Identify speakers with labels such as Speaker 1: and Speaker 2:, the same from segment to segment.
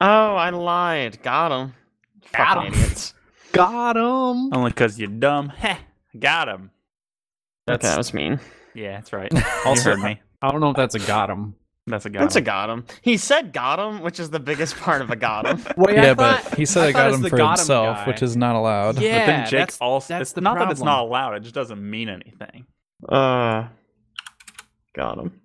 Speaker 1: Oh, I lied. Got him.
Speaker 2: Got
Speaker 1: Fucking
Speaker 2: 'em.
Speaker 1: idiots.
Speaker 2: Got him.
Speaker 3: Only because you're dumb. Heh, got him.
Speaker 1: Okay, that was mean.
Speaker 3: Yeah, that's right. Also, heard me.
Speaker 2: I don't know if that's a got him.
Speaker 3: That's a got
Speaker 1: That's a
Speaker 3: him.
Speaker 1: got him. He said got him, which is the biggest part of a got him.
Speaker 2: Wait,
Speaker 4: yeah, but he said I,
Speaker 2: I thought
Speaker 4: got
Speaker 2: it's
Speaker 4: him
Speaker 2: the
Speaker 4: for
Speaker 2: got 'em
Speaker 4: himself,
Speaker 2: guy.
Speaker 4: which is not allowed.
Speaker 2: Yeah,
Speaker 3: but then Jake
Speaker 2: that's-
Speaker 3: also.
Speaker 2: that's
Speaker 3: it's
Speaker 2: the
Speaker 3: not that it's not
Speaker 2: problem.
Speaker 3: allowed. It just doesn't mean anything.
Speaker 1: Uh, got him.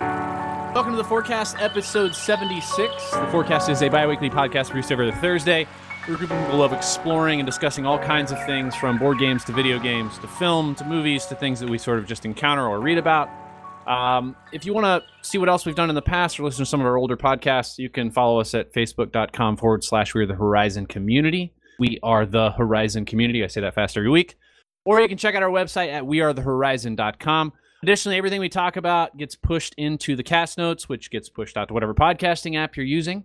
Speaker 2: Welcome to the Forecast, episode 76. The Forecast is a bi weekly podcast produced every other Thursday. We're a group of people who love exploring and discussing all kinds of things from board games to video games to film to movies to things that we sort of just encounter or read about. Um, if you want to see what else we've done in the past or listen to some of our older podcasts, you can follow us at facebook.com forward slash we're the Horizon Community. We are the Horizon Community. I say that fast every week. Or you can check out our website at wearethehorizon.com. Additionally, everything we talk about gets pushed into the cast notes, which gets pushed out to whatever podcasting app you're using.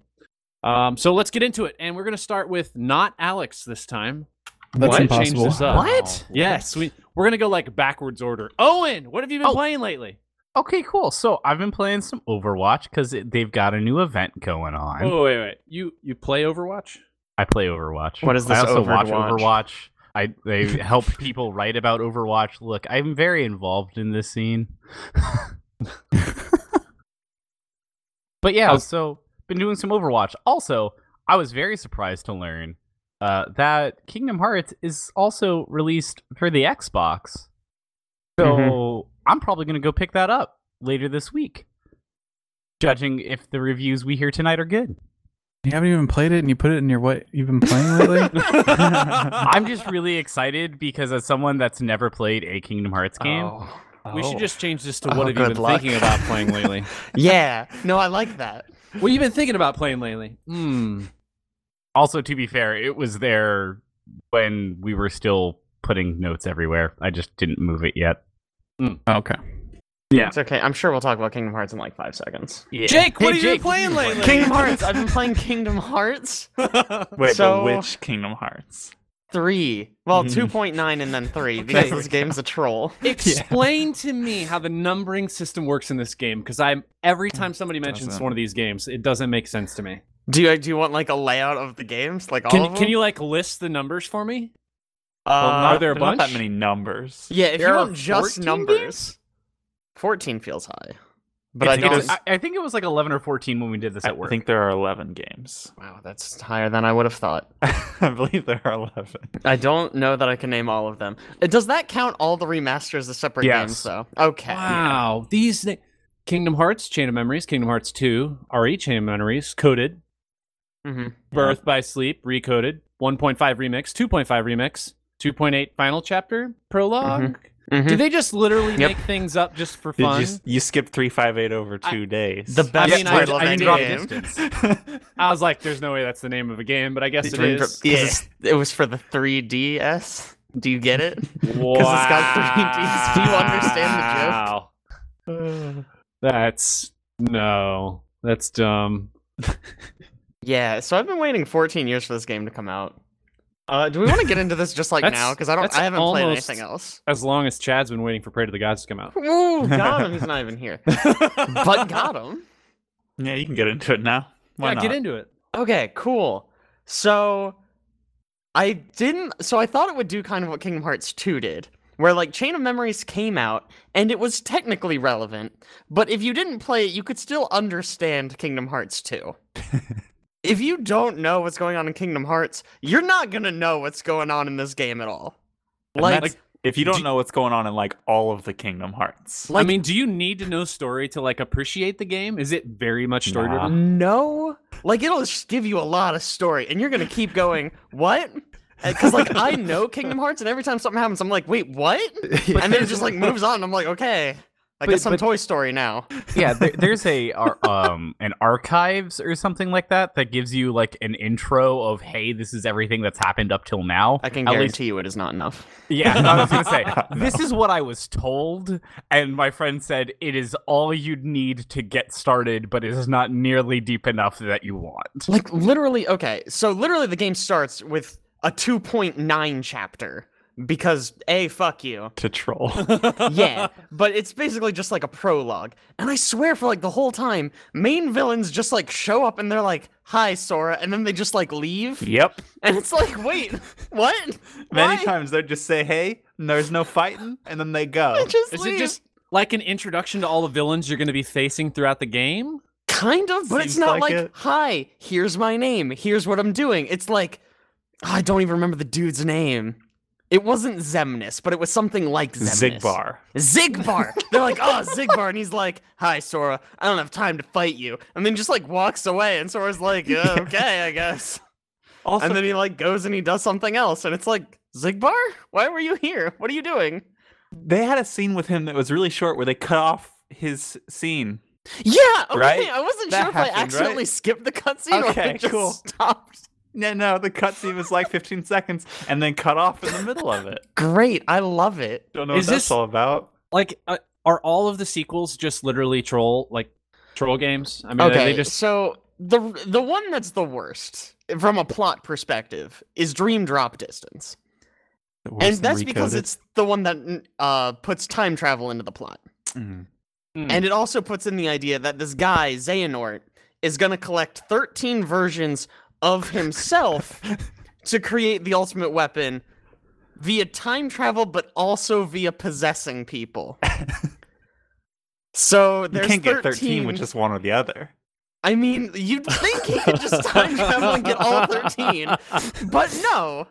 Speaker 2: Um, so let's get into it. And we're going to start with not Alex this time.
Speaker 4: That's
Speaker 2: We're gonna change
Speaker 4: impossible.
Speaker 2: this up.
Speaker 5: What?
Speaker 2: Yes, we, we're going to go like backwards order. Owen, what have you been
Speaker 5: Oh.
Speaker 2: playing lately?
Speaker 5: Okay, cool. So I've been playing some Overwatch because they've got a new event going on.
Speaker 2: Oh, wait, wait. You, you play Overwatch?
Speaker 5: I play Overwatch.
Speaker 1: What is this
Speaker 5: I also watch
Speaker 1: Overwatch?
Speaker 5: Overwatch. I they help people write about Overwatch. Look, I'm very involved in this scene. but yeah,
Speaker 2: How's-
Speaker 5: so been doing some Overwatch. Also, I was very surprised to learn uh, that Kingdom Hearts is also released for the Xbox. So
Speaker 1: Mm-hmm.
Speaker 5: I'm probably gonna go pick that up later this week. Judging if the reviews we hear tonight are good.
Speaker 4: You haven't even played it, and you put it in your what you've been playing lately.
Speaker 5: I'm just really excited because as someone that's never played a Kingdom Hearts game,
Speaker 1: Oh.
Speaker 2: We should just change this to
Speaker 1: Oh,
Speaker 2: what have you
Speaker 1: good
Speaker 2: been
Speaker 1: luck.
Speaker 2: thinking about playing lately?
Speaker 1: Yeah. No, I like that.
Speaker 2: what have you been thinking about playing lately? Hmm.
Speaker 5: also to be fair, it was there when we were still putting notes everywhere. I just didn't move it yet.
Speaker 1: Hmm.
Speaker 4: okay.
Speaker 5: Yeah.
Speaker 1: It's okay. I'm sure we'll talk about Kingdom Hearts in like five seconds.
Speaker 2: Jake, what
Speaker 5: Hey,
Speaker 2: have you been
Speaker 5: Jake, what
Speaker 2: playing
Speaker 5: you been
Speaker 2: lately?
Speaker 1: Kingdom Hearts. I've been playing Kingdom Hearts
Speaker 3: Wait,
Speaker 1: So-
Speaker 3: but which Kingdom Hearts?
Speaker 1: three. Well,
Speaker 3: Mm.
Speaker 1: two point nine and then three because
Speaker 2: Okay.
Speaker 1: this game's a troll.
Speaker 2: Explain to me how the numbering system works in this game, because I'm every time somebody mentions
Speaker 4: Doesn't.
Speaker 2: one of these games, it doesn't make sense to me.
Speaker 1: Do you do you want like a layout of the games? Like all of
Speaker 2: Can
Speaker 1: them?
Speaker 2: can you like list the numbers for me?
Speaker 3: Well,
Speaker 1: Uh,
Speaker 3: not,
Speaker 2: there a
Speaker 3: there's not
Speaker 2: bunch?
Speaker 3: that many numbers.
Speaker 1: yeah, if
Speaker 2: there
Speaker 1: you
Speaker 2: are
Speaker 1: want just
Speaker 2: 14
Speaker 1: numbers,
Speaker 2: games?
Speaker 1: fourteen feels high. But I
Speaker 3: It's
Speaker 1: don't.
Speaker 3: either-
Speaker 5: I, I think it was like 11 or 14 when we did this
Speaker 3: I
Speaker 5: at work.
Speaker 3: think there are 11 games.
Speaker 1: wow, that's higher than I would have thought.
Speaker 3: I believe there are 11.
Speaker 1: I don't know that I can name all of them. Uh, Does that count all the remasters as separate
Speaker 5: Yes.
Speaker 1: games? Though. Okay.
Speaker 2: Wow, these thi- Kingdom Hearts, Chain of Memories, Kingdom Hearts 2, RE, Chain of Memories, Coded,
Speaker 1: hmm
Speaker 2: Birth by Sleep, Recoded, 1.5 Remix, 2.5 Remix, 2.8 Final Chapter, Prolog
Speaker 1: Mhm.
Speaker 2: Do they just literally
Speaker 1: Yep.
Speaker 2: make things up just for
Speaker 3: Did
Speaker 2: fun?
Speaker 3: you, s- you skipped 358 over
Speaker 2: I-
Speaker 3: two days.
Speaker 1: The best
Speaker 2: mean, I-
Speaker 1: title
Speaker 2: I
Speaker 1: of
Speaker 2: didn't
Speaker 1: any
Speaker 2: draw
Speaker 1: game.
Speaker 5: distance.
Speaker 2: I was like, there's no way that's the name of a game, but I guess it
Speaker 1: Dream Dro-
Speaker 2: is.
Speaker 1: 'cause it's- It was for the 3DS. Do you get it?
Speaker 2: Wow.
Speaker 1: it's got three Ds. Do you understand
Speaker 2: the joke? That's no. That's dumb.
Speaker 1: Yeah. So I've been waiting 14 years for this game to come out. Uh, do we want to get into this just like
Speaker 2: That's-
Speaker 1: now? Because I don't.
Speaker 2: that's
Speaker 1: I haven't played
Speaker 2: almost-
Speaker 1: anything else.
Speaker 2: As long as Chad's been waiting for Pray to the Gods to come out.
Speaker 1: Ooh, got him. He's not even here. but got him.
Speaker 3: Yeah, you can get into it now. Why
Speaker 2: yeah,
Speaker 3: not?
Speaker 2: get into it.
Speaker 1: Okay, cool. So I didn't so I thought it would do kind of what Kingdom Hearts 2 did, where like Chain of Memories came out and it was technically relevant, but if you didn't play it, you could still understand Kingdom Hearts 2. if you don't know what's going on in Kingdom Hearts, you're not going to know what's going on in this game at all.
Speaker 3: And
Speaker 1: Like
Speaker 3: that's- if you don't know what's going on in like all of the Kingdom Hearts,
Speaker 1: Like-
Speaker 2: I mean, do you need to know story to like appreciate the game? Is it very much story driven?
Speaker 3: Nah.
Speaker 1: No, like it'll just give you a lot of story, and you're gonna keep going. What? Because like I know Kingdom Hearts, and every time something happens, I'm like, wait, what? and then it just like moves on. and I'm like, okay, I I
Speaker 5: But-
Speaker 1: guess I'm
Speaker 5: but-
Speaker 1: Toy Story now.
Speaker 5: yeah there, there's a ar- um an archives or something like that that gives you like an intro of hey this is everything that's happened up till now
Speaker 1: I can
Speaker 5: At
Speaker 1: guarantee
Speaker 5: least-
Speaker 1: you it is not enough.
Speaker 5: yeah i was gonna say this is what i was told and my friend said it is all you'd need to get started but it is not nearly deep enough that you want
Speaker 1: Like literally, okay. So literally, the game starts with a 2.9 chapter because a fuck you.
Speaker 3: to troll.
Speaker 1: yeah, but it's basically just like a prologue. And I swear for like the whole time, main villains just like show up and they're like, "Hi, Sora," and then they just like leave.
Speaker 3: yep.
Speaker 1: And it's like, "Wait, what?"
Speaker 3: Many
Speaker 1: Why?
Speaker 3: times they just say, "Hey, there's no fighting," and then they go.
Speaker 1: They just
Speaker 2: Is
Speaker 1: leave.
Speaker 2: it just like an introduction to all the villains you're going to be facing throughout the game?
Speaker 1: kind of, but it's
Speaker 3: Seems
Speaker 1: not
Speaker 3: like
Speaker 1: like,
Speaker 3: it.
Speaker 1: "Hi, here's my name. Here's what I'm doing." It's like, I don't even remember the dude's name. It wasn't Zemnis, but it was something like Zemnis.
Speaker 3: Zigbar.
Speaker 1: Zigbar. They're like, oh, Zigbar. And he's like, hi, Sora. I don't have time to fight you. And then just like walks away. And Sora's like, yeah, okay, I guess.
Speaker 3: Also,
Speaker 1: And then he like goes and he does something else. And it's like, Zigbar? Why were you here? What are you doing?
Speaker 3: they had a scene with him that was really short where they cut off his scene.
Speaker 1: Yeah, okay.
Speaker 3: Right?
Speaker 1: I wasn't
Speaker 3: That
Speaker 1: sure if I
Speaker 3: happened,
Speaker 1: accidentally
Speaker 3: right?
Speaker 1: skipped the cutscene or if
Speaker 3: Okay,
Speaker 1: it just
Speaker 3: cool.
Speaker 1: stopped.
Speaker 3: No, no, the cutscene was like 15 seconds and then cut off in the middle of it.
Speaker 1: Great. I love it.
Speaker 3: Don't know
Speaker 2: Is
Speaker 3: what
Speaker 2: this-
Speaker 3: that's all about.
Speaker 2: Like, uh, are all of the sequels just literally troll, like troll games? I mean, are
Speaker 1: okay,
Speaker 2: they just
Speaker 1: so the the one that's the worst from a plot perspective is Dream Drop Distance. and that's because it's the one that n- uh, puts time travel into the plot
Speaker 3: Mm.
Speaker 2: Hmm.
Speaker 1: and it also puts in the idea that this guy xehanort is going to collect 13 versions of himself to create the ultimate weapon via time travel but also via possessing people so
Speaker 3: You
Speaker 1: there's
Speaker 3: can't
Speaker 1: 13,
Speaker 3: get 13 with just one or the other.
Speaker 1: i mean you'd think he could just time travel and get all 13 but no.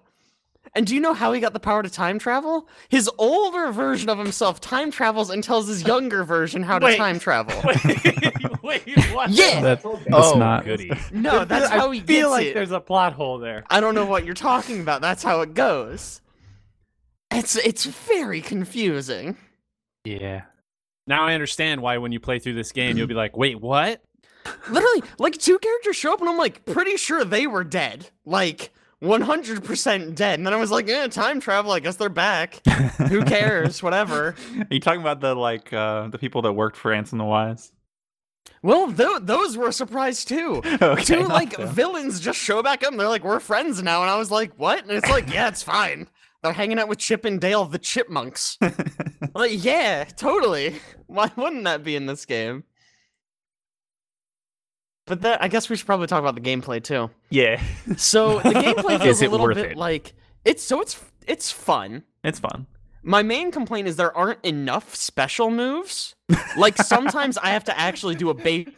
Speaker 1: And do you know how he got the power to time travel? His older version of himself time travels and tells his younger version how to
Speaker 2: Wait.
Speaker 1: time travel.
Speaker 2: Wait, what?
Speaker 1: Yeah.
Speaker 4: That-
Speaker 5: oh
Speaker 4: not-
Speaker 5: goody
Speaker 1: No, that's how he gets it.
Speaker 2: a plot hole there.
Speaker 1: I don't know what you're talking about. That's how it goes. It's it's very confusing.
Speaker 5: yeah
Speaker 2: Now I understand why when you play through this game, you'll be like, wait, what?
Speaker 1: Literally, like two characters show up and I'm like pretty sure they were dead. Like 100% dead. And then I was like, "Yeah, time travel, I guess they're back. Who cares? Whatever."
Speaker 3: Are you talking about the like uh, the people that worked for Anson the Wise?
Speaker 1: Well, tho- those were a surprise too.
Speaker 3: Okay,
Speaker 1: two
Speaker 3: not
Speaker 1: like
Speaker 3: them.
Speaker 1: villains just show back up and they're like we're friends now and i was like what and it's like yeah it's fine they're hanging out with chip and dale the chipmunks like yeah totally why wouldn't that be in this game but that i guess we should probably talk about the gameplay too
Speaker 3: yeah,
Speaker 1: so the gameplay feels
Speaker 5: Is
Speaker 1: a
Speaker 5: it
Speaker 1: little
Speaker 5: worth
Speaker 1: bit
Speaker 5: it?
Speaker 1: like it's so it's it's fun
Speaker 3: it's fun.
Speaker 1: my main complaint is there aren't enough special moves like sometimes i have to actually do a base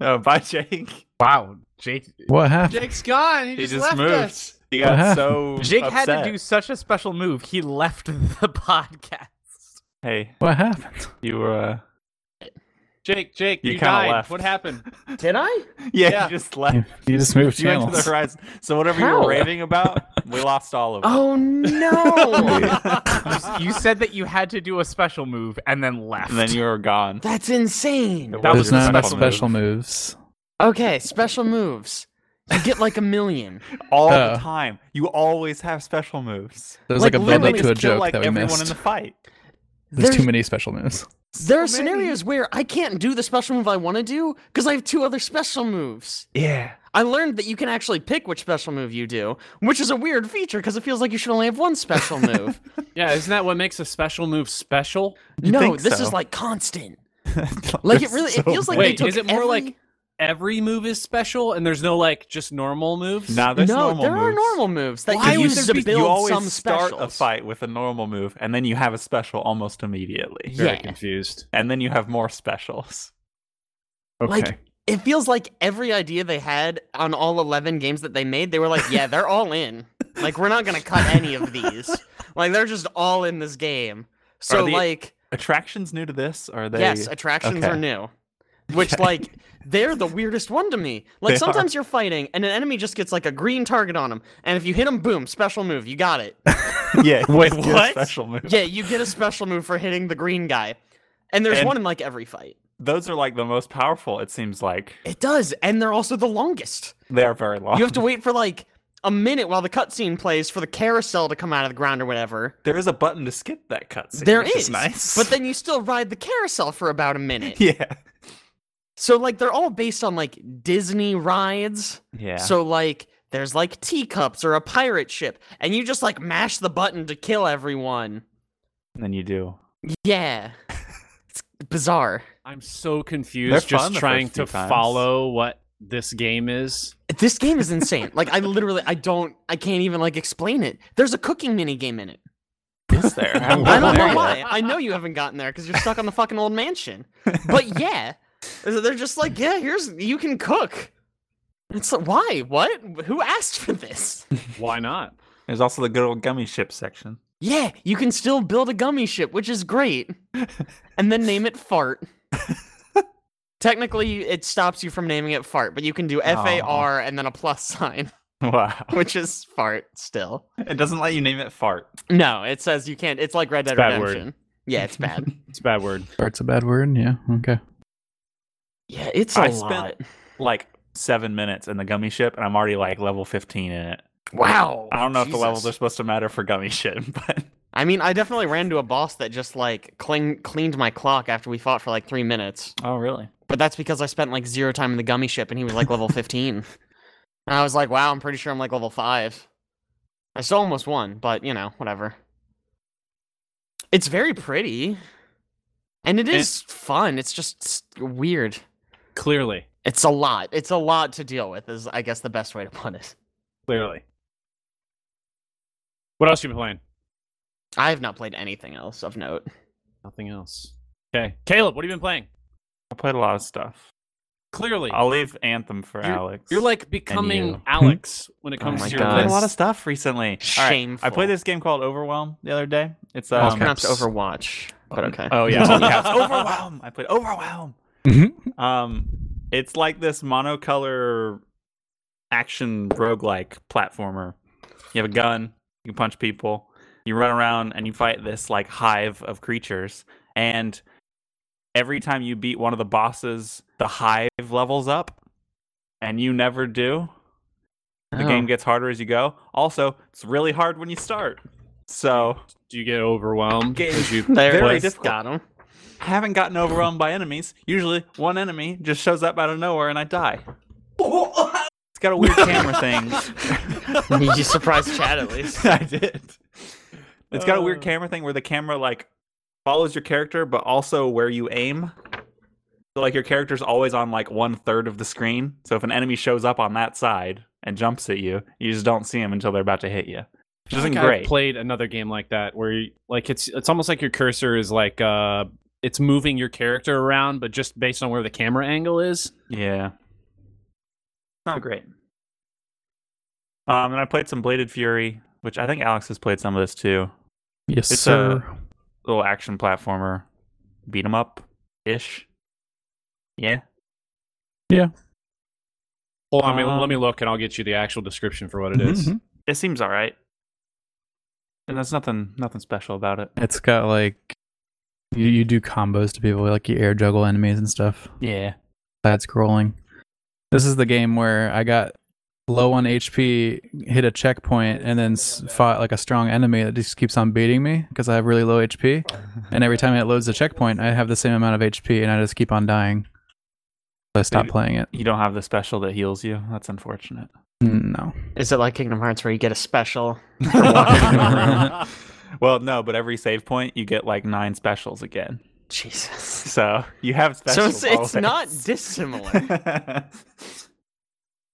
Speaker 3: Oh, bye, Jake.
Speaker 5: wow jake
Speaker 4: What happened?
Speaker 2: Jake's gone. He,
Speaker 3: He just, Uh-huh. moved. He
Speaker 4: What
Speaker 3: got
Speaker 4: happened?
Speaker 3: so
Speaker 5: jake had
Speaker 3: upset.
Speaker 5: to do such a special move he left the podcast
Speaker 3: Hey,
Speaker 4: What happened?
Speaker 3: you were. Uh...
Speaker 2: Jake, Jake,
Speaker 3: You
Speaker 2: you,
Speaker 3: kinda
Speaker 2: died.
Speaker 3: left.
Speaker 2: What happened?
Speaker 1: did i
Speaker 3: Yeah,
Speaker 2: Yeah.
Speaker 3: you just
Speaker 4: You,
Speaker 3: left.
Speaker 4: you just moved
Speaker 3: You went to the
Speaker 4: channels.
Speaker 3: horizon. So whatever you
Speaker 1: How?
Speaker 3: were raving about, we lost all of it.
Speaker 1: oh no
Speaker 5: You s- you said that you had to do a special move and then left.
Speaker 3: And then you were gone.
Speaker 1: That's insane.
Speaker 3: It
Speaker 4: There's
Speaker 3: was your
Speaker 4: not enough
Speaker 3: special move.
Speaker 4: special moves.
Speaker 1: Okay, special moves. You get like a million.
Speaker 3: All
Speaker 4: Oh.
Speaker 3: the time. You always have special moves.
Speaker 4: There's
Speaker 1: Like,
Speaker 4: like, a
Speaker 1: literally
Speaker 4: build up
Speaker 1: just
Speaker 4: to a
Speaker 3: Kill
Speaker 4: joke
Speaker 3: like
Speaker 4: that we
Speaker 3: everyone
Speaker 4: missed.
Speaker 3: in the fight.
Speaker 4: There's too
Speaker 1: There's-
Speaker 4: many special moves.
Speaker 1: There are
Speaker 3: So many.
Speaker 1: scenarios where I can't do the special move I want to do because I have two other special moves.
Speaker 3: Yeah.
Speaker 1: I learned that you can actually pick which special move you do, which is a weird feature because it feels like you should only have one special move.
Speaker 2: Yeah, isn't that what makes a special move special?
Speaker 3: You'd
Speaker 1: no,
Speaker 3: think
Speaker 1: this is
Speaker 3: so.
Speaker 1: like constant. Like it
Speaker 3: There's
Speaker 1: really
Speaker 3: so
Speaker 1: it feels like
Speaker 2: many.
Speaker 1: they
Speaker 2: Wait,
Speaker 1: took
Speaker 2: is it more
Speaker 1: every-
Speaker 2: like Every move is special, and there's no like just normal moves.
Speaker 3: Nah, there's
Speaker 1: No,
Speaker 3: Oh, normal
Speaker 1: there
Speaker 3: moves.
Speaker 1: are normal moves that
Speaker 2: Why
Speaker 1: you
Speaker 2: would
Speaker 1: use
Speaker 2: there
Speaker 1: to
Speaker 2: be-
Speaker 1: build
Speaker 3: you always
Speaker 1: some
Speaker 3: start
Speaker 1: specials.
Speaker 3: a fight with a normal move, and then you have a special almost immediately.
Speaker 1: Yeah.
Speaker 2: confused.
Speaker 3: And then you have more specials.
Speaker 1: Like it feels like every idea they had on all 11 games that they made, they were like, yeah, they're all in. Like we're not going to cut any of these. like they're just all in this game. So
Speaker 3: the-
Speaker 1: like
Speaker 3: Attractions new to this? Are they?
Speaker 1: yes, attractions are
Speaker 3: okay.
Speaker 1: new. which like they're the weirdest one to me. Like
Speaker 3: They are.
Speaker 1: sometimes you're fighting and an enemy just gets like a green target on them, and if you hit them, boom, special move, you got it.
Speaker 3: Yeah.
Speaker 1: Wait,
Speaker 3: just get a
Speaker 1: what?
Speaker 3: Special move.
Speaker 1: yeah, you get a special move for hitting the green guy, and there's
Speaker 3: And-
Speaker 1: one in like every fight.
Speaker 3: Those are like the most powerful. It seems like
Speaker 1: It does, and they're also the longest.
Speaker 3: they are very long.
Speaker 1: You have to wait for like a minute while the cutscene plays for the carousel to come out of the ground or whatever.
Speaker 3: There is a button to skip that cutscene.
Speaker 1: There
Speaker 3: which
Speaker 1: is,
Speaker 3: nice.
Speaker 1: but then you still ride the carousel for about a minute.
Speaker 3: yeah,
Speaker 1: So like they're all based on like Disney rides.
Speaker 3: yeah.
Speaker 1: So like there's like teacups or a pirate ship, and you just like mash the button to kill everyone.
Speaker 3: and then you do.
Speaker 1: Yeah, it's bizarre.
Speaker 2: I'm so confused
Speaker 3: They're
Speaker 2: just
Speaker 3: fun the
Speaker 2: trying
Speaker 3: first
Speaker 2: to
Speaker 3: few times.
Speaker 2: follow what this game is.
Speaker 1: This game is insane. like I literally, I don't, I can't even like explain it. There's a cooking mini game in it.
Speaker 3: Is there? I haven't
Speaker 1: I don't
Speaker 3: gotten
Speaker 1: know
Speaker 3: there
Speaker 1: why.
Speaker 3: yet.
Speaker 1: I know you haven't gotten there because you're stuck on the fucking old mansion. But yeah, they're just like, yeah, here's you can cook. It's like, why? What? Who asked for this?
Speaker 2: Why not?
Speaker 3: There's also the good old gummy ship section.
Speaker 1: Yeah, you can still build a gummy ship, which is great. And then name it Fart. Technically, it stops you from naming it Fart, but you can do F A R and then a plus sign,
Speaker 3: Wow.
Speaker 1: which is Fart still.
Speaker 3: It doesn't let you name it fart.
Speaker 1: No, it says you can't. It's like Red Dead
Speaker 2: a bad word.
Speaker 1: Redemption. Yeah, it's bad.
Speaker 2: It's a bad word.
Speaker 4: Fart's a bad word. Yeah. Okay.
Speaker 1: yeah, it's a
Speaker 3: I spent-
Speaker 1: lot.
Speaker 3: Like seven minutes in the gummy ship, and I'm already like level 15 in it.
Speaker 1: Wow.
Speaker 3: I don't know if the levels
Speaker 1: Jesus.
Speaker 3: are supposed to matter for gummy ship, but
Speaker 1: I mean, I definitely ran to a boss that just like clean, cleaned my clock after we fought for like three minutes.
Speaker 3: oh really?
Speaker 1: But that's because I spent like zero time in the gummy ship and he was like level 15. And I was like, wow, I'm pretty sure I'm like level 5. I still almost won, but you know, whatever. It's very pretty. And it
Speaker 2: And-
Speaker 1: is fun. It's just s- weird.
Speaker 2: Clearly.
Speaker 1: It's a lot. It's a lot to deal with, is I guess the best way to put it.
Speaker 2: Clearly. What else you been playing?
Speaker 1: I have not played anything else of note.
Speaker 2: Nothing else. Okay. Caleb, what have you been playing?
Speaker 3: I played a lot of stuff.
Speaker 2: Clearly.
Speaker 3: I'll leave Anthem for Alex.
Speaker 2: You're like becoming
Speaker 3: you. Oh
Speaker 2: Alex when it comes
Speaker 1: Oh my
Speaker 2: to your
Speaker 3: I played a
Speaker 1: God.
Speaker 2: list.
Speaker 3: lot of stuff recently. All right, I
Speaker 1: Shameful.
Speaker 3: played this game called Overwhelm the other day. It's
Speaker 1: It's
Speaker 3: um,
Speaker 1: pronounced Overwatch, but
Speaker 3: Uh,
Speaker 1: okay.
Speaker 2: Oh yeah.
Speaker 3: yeah, it's Overwhelm. I played Overwhelm.
Speaker 4: Mhm.
Speaker 3: Um, it's like this monocolor action roguelike platformer. You have a gun, you punch people, you run around and you fight this like hive of creatures. And every time you beat one of the bosses, the hive levels up, and you never do. The
Speaker 2: Oh.
Speaker 3: game gets harder as you go. Also, it's really hard when you start. So,
Speaker 2: Do you get overwhelmed?
Speaker 3: Game.
Speaker 2: Because you
Speaker 1: There
Speaker 3: Very
Speaker 1: it is.
Speaker 3: difficult.
Speaker 1: Got him.
Speaker 3: haven't gotten overwhelmed by enemies. Usually, one enemy just shows up out of nowhere and I die. It's got a weird camera thing.
Speaker 1: you surprised Chad at least.
Speaker 3: I did. It's got a weird
Speaker 2: Uh.
Speaker 3: camera thing where the camera like follows your character, but also where you aim. So like your character's always on like one third of the screen. So if an enemy shows up on that side and jumps at you, you just don't see him until they're about to hit you. Which
Speaker 2: I
Speaker 3: isn't
Speaker 2: think I've
Speaker 3: great.
Speaker 2: played another game like that where you- like it's it's almost like your cursor is like uh it's moving your character around but just based on where the camera angle is.
Speaker 3: Yeah. Not great. Um, and I played some Bladed Fury, which I think Alex has played some of this too.
Speaker 4: Yes,
Speaker 3: It's
Speaker 4: sir.
Speaker 2: uh,
Speaker 3: Little action platformer, beat 'em up ish. Yeah.
Speaker 2: Hold on, let me-
Speaker 3: Um, Mm-hmm,
Speaker 2: let me look and I'll get you the actual description for what it is.
Speaker 4: Mhm.
Speaker 3: It seems all right. And there's nothing nothing special about it.
Speaker 4: It's got like you, you do combos to people, like you air juggle enemies and stuff.
Speaker 3: Yeah.
Speaker 4: Side scrolling. This is the game where I got low on HP, hit a checkpoint, and then s- fought like a strong enemy that just keeps on beating me because I have really low HP. And every time it loads the checkpoint, I have the same amount of HP, and I just keep on dying. So I stopped
Speaker 3: Maybe-
Speaker 4: playing it.
Speaker 3: You don't have the special that heals you. That's unfortunate.
Speaker 4: Mm, No.
Speaker 1: Is it like Kingdom Hearts where you get a special?
Speaker 3: well, no, but every save point you get like nine specials again.
Speaker 1: Jesus.
Speaker 3: So you have
Speaker 1: So
Speaker 3: specials.
Speaker 1: it's, it's not
Speaker 3: always.
Speaker 1: dissimilar.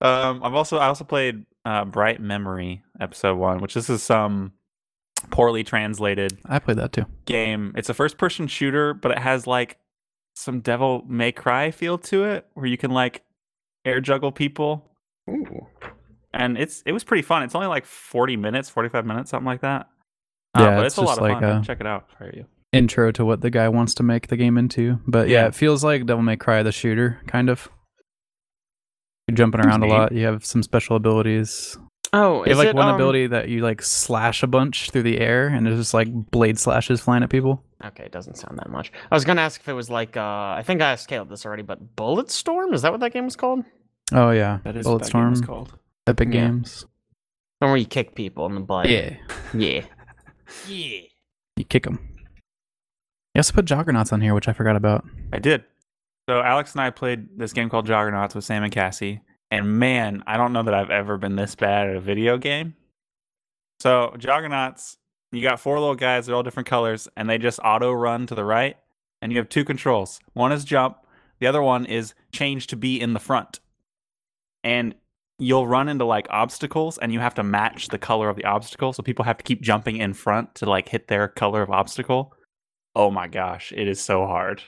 Speaker 3: um, I've also I also played uh, Bright Memory episode one, which this is some poorly translated
Speaker 4: I played that too.
Speaker 3: game. It's a first person shooter, but it has like some Devil May Cry feel to it, where you can like air juggle people,
Speaker 1: Ooh.
Speaker 3: and it's it was pretty fun. It's only like forty minutes, forty five minutes, something like that. Uh,
Speaker 4: Yeah,
Speaker 3: but
Speaker 4: it's
Speaker 3: it's, a lot
Speaker 4: just
Speaker 3: of
Speaker 4: like
Speaker 3: fun.
Speaker 4: a-
Speaker 3: Check it out. if I Are you?
Speaker 4: intro to what the guy wants to make the game into. But yeah,
Speaker 3: Yeah.
Speaker 4: it feels like Devil May Cry the shooter, kind of. You're jumping around a
Speaker 3: neat.
Speaker 4: lot. You have some special abilities.
Speaker 1: Oh,
Speaker 4: You
Speaker 1: is
Speaker 4: have like
Speaker 1: it,
Speaker 4: one
Speaker 1: um,
Speaker 4: ability that you like slash a bunch through the air, and there's just like blade slashes flying at people.
Speaker 1: Okay, it doesn't sound that much. I was gonna ask if it was like uh, I think I asked Caleb this already, but Bulletstorm is that what that game was called?
Speaker 4: Oh yeah,
Speaker 3: That is what that game
Speaker 4: Bulletstorm,
Speaker 3: was called.
Speaker 4: Epic
Speaker 1: Yeah.
Speaker 4: Games.
Speaker 1: The one where you kick people in the butt.
Speaker 4: Yeah,
Speaker 1: yeah.
Speaker 4: you kick them. You also put Juggernauts on here, which I forgot about.
Speaker 3: I did. So Alex and I played this game called Juggernauts with Sam and Cassie, and man, I don't know that I've ever been this bad at a video game. So Juggernauts, you got four little guys, they're all different colors, and they just auto run to the right, and you have two controls. One is jump, the other one is change to be in the front. And you'll run into like obstacles and you have to match the color of the obstacle, so people have to keep jumping in front to like hit their color of obstacle. Oh my gosh, it is so hard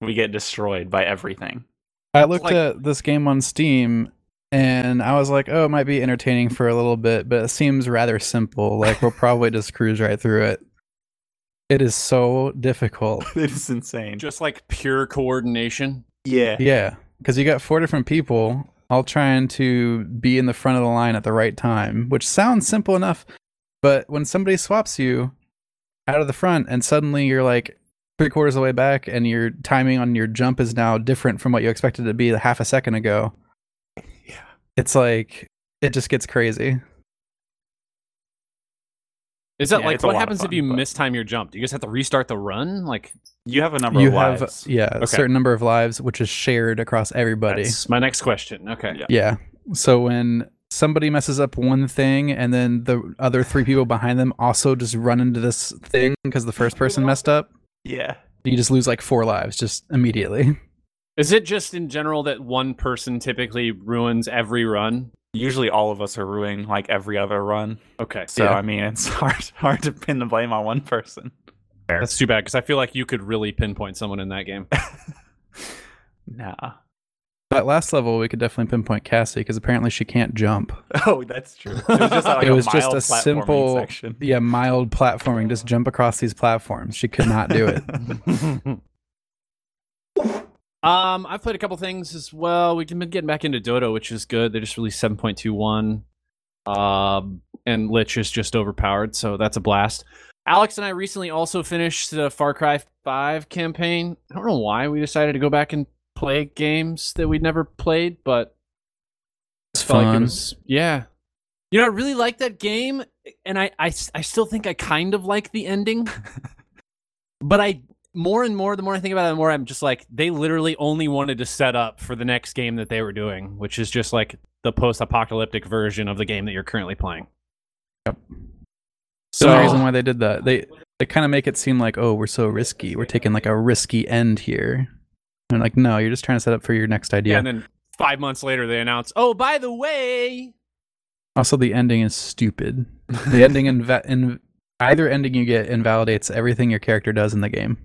Speaker 3: we get destroyed by everything.
Speaker 4: I looked
Speaker 3: like-
Speaker 4: at this game on Steam and I was like, oh, it might be entertaining for a little bit, but it seems rather simple. Like, we'll probably just cruise right through it. It is so difficult.
Speaker 3: It is insane.
Speaker 2: Just like pure coordination.
Speaker 3: yeah.
Speaker 4: Yeah. Because you got four different people all trying to be in the front of the line at the right time, which sounds simple enough. But when somebody swaps you out of the front and suddenly you're like three quarters of the way back and your timing on your jump is now different from what you expected it to be half a second ago.
Speaker 3: Yeah.
Speaker 4: It's like, it just gets crazy.
Speaker 2: Is that
Speaker 3: Yeah,
Speaker 2: like
Speaker 3: it's a
Speaker 2: what
Speaker 3: lot of
Speaker 2: happens if
Speaker 3: fun,
Speaker 2: you
Speaker 3: but-
Speaker 2: mistime your jump? Do you just have to restart the run? Like
Speaker 3: You have a number
Speaker 4: you
Speaker 3: of
Speaker 4: have,
Speaker 3: lives.
Speaker 4: yeah,
Speaker 3: Okay.
Speaker 4: a certain number of lives, which is shared across everybody.
Speaker 2: that's my next question. Okay.
Speaker 3: Yeah.
Speaker 4: Yeah. So when somebody messes up one thing and then the other three people behind them also just run into this thing because the first person messed up,
Speaker 3: Yeah.
Speaker 4: you just lose like four lives just immediately.
Speaker 2: Is it just in general that one person typically ruins every run?
Speaker 3: Usually all of us are ruining like every other run.
Speaker 2: Okay.
Speaker 3: So
Speaker 4: Yeah.
Speaker 3: I mean it's hard hard to pin the blame on one person.
Speaker 2: That's too bad because I feel like you could really pinpoint someone in that game.
Speaker 3: Nah.
Speaker 4: That last level, we could definitely pinpoint Cassie because apparently she can't jump.
Speaker 3: Oh, that's true. It was just, like,
Speaker 4: It was just
Speaker 3: mild
Speaker 4: a
Speaker 3: platforming
Speaker 4: simple-
Speaker 3: section.
Speaker 4: Yeah, uh, mild platforming, just jump across these platforms. She could not do it.
Speaker 2: um, I've played a couple things as well. We've been getting back into Dodo, which is good. They just released 7.21. Um, and Lich is just overpowered, so that's a blast. Alex and I recently also finished the Far Cry 5 campaign. I don't know why we decided to go back and play games that we'd never played, but
Speaker 4: It's
Speaker 2: felt like it
Speaker 4: fun.
Speaker 2: was- yeah. You know, I really like that game, and I, I, s- I still think I kind of like the ending. but I, more and more, the more I think about it, the more I'm just like, they literally only wanted to set up for the next game that they were doing, which is just like the post apocalyptic version of the game that you're currently playing.
Speaker 4: Yep.
Speaker 2: So,
Speaker 4: the reason why they did that, they they kind of make it seem like, oh, we're so risky. We're taking like a risky end here. And like, no, you're just trying to set up for your next idea.
Speaker 2: yeah, and then five months later, they announce, oh, by the way,
Speaker 4: Also, the ending is stupid. The ending inva- in either ending you get invalidates everything your character does in the game.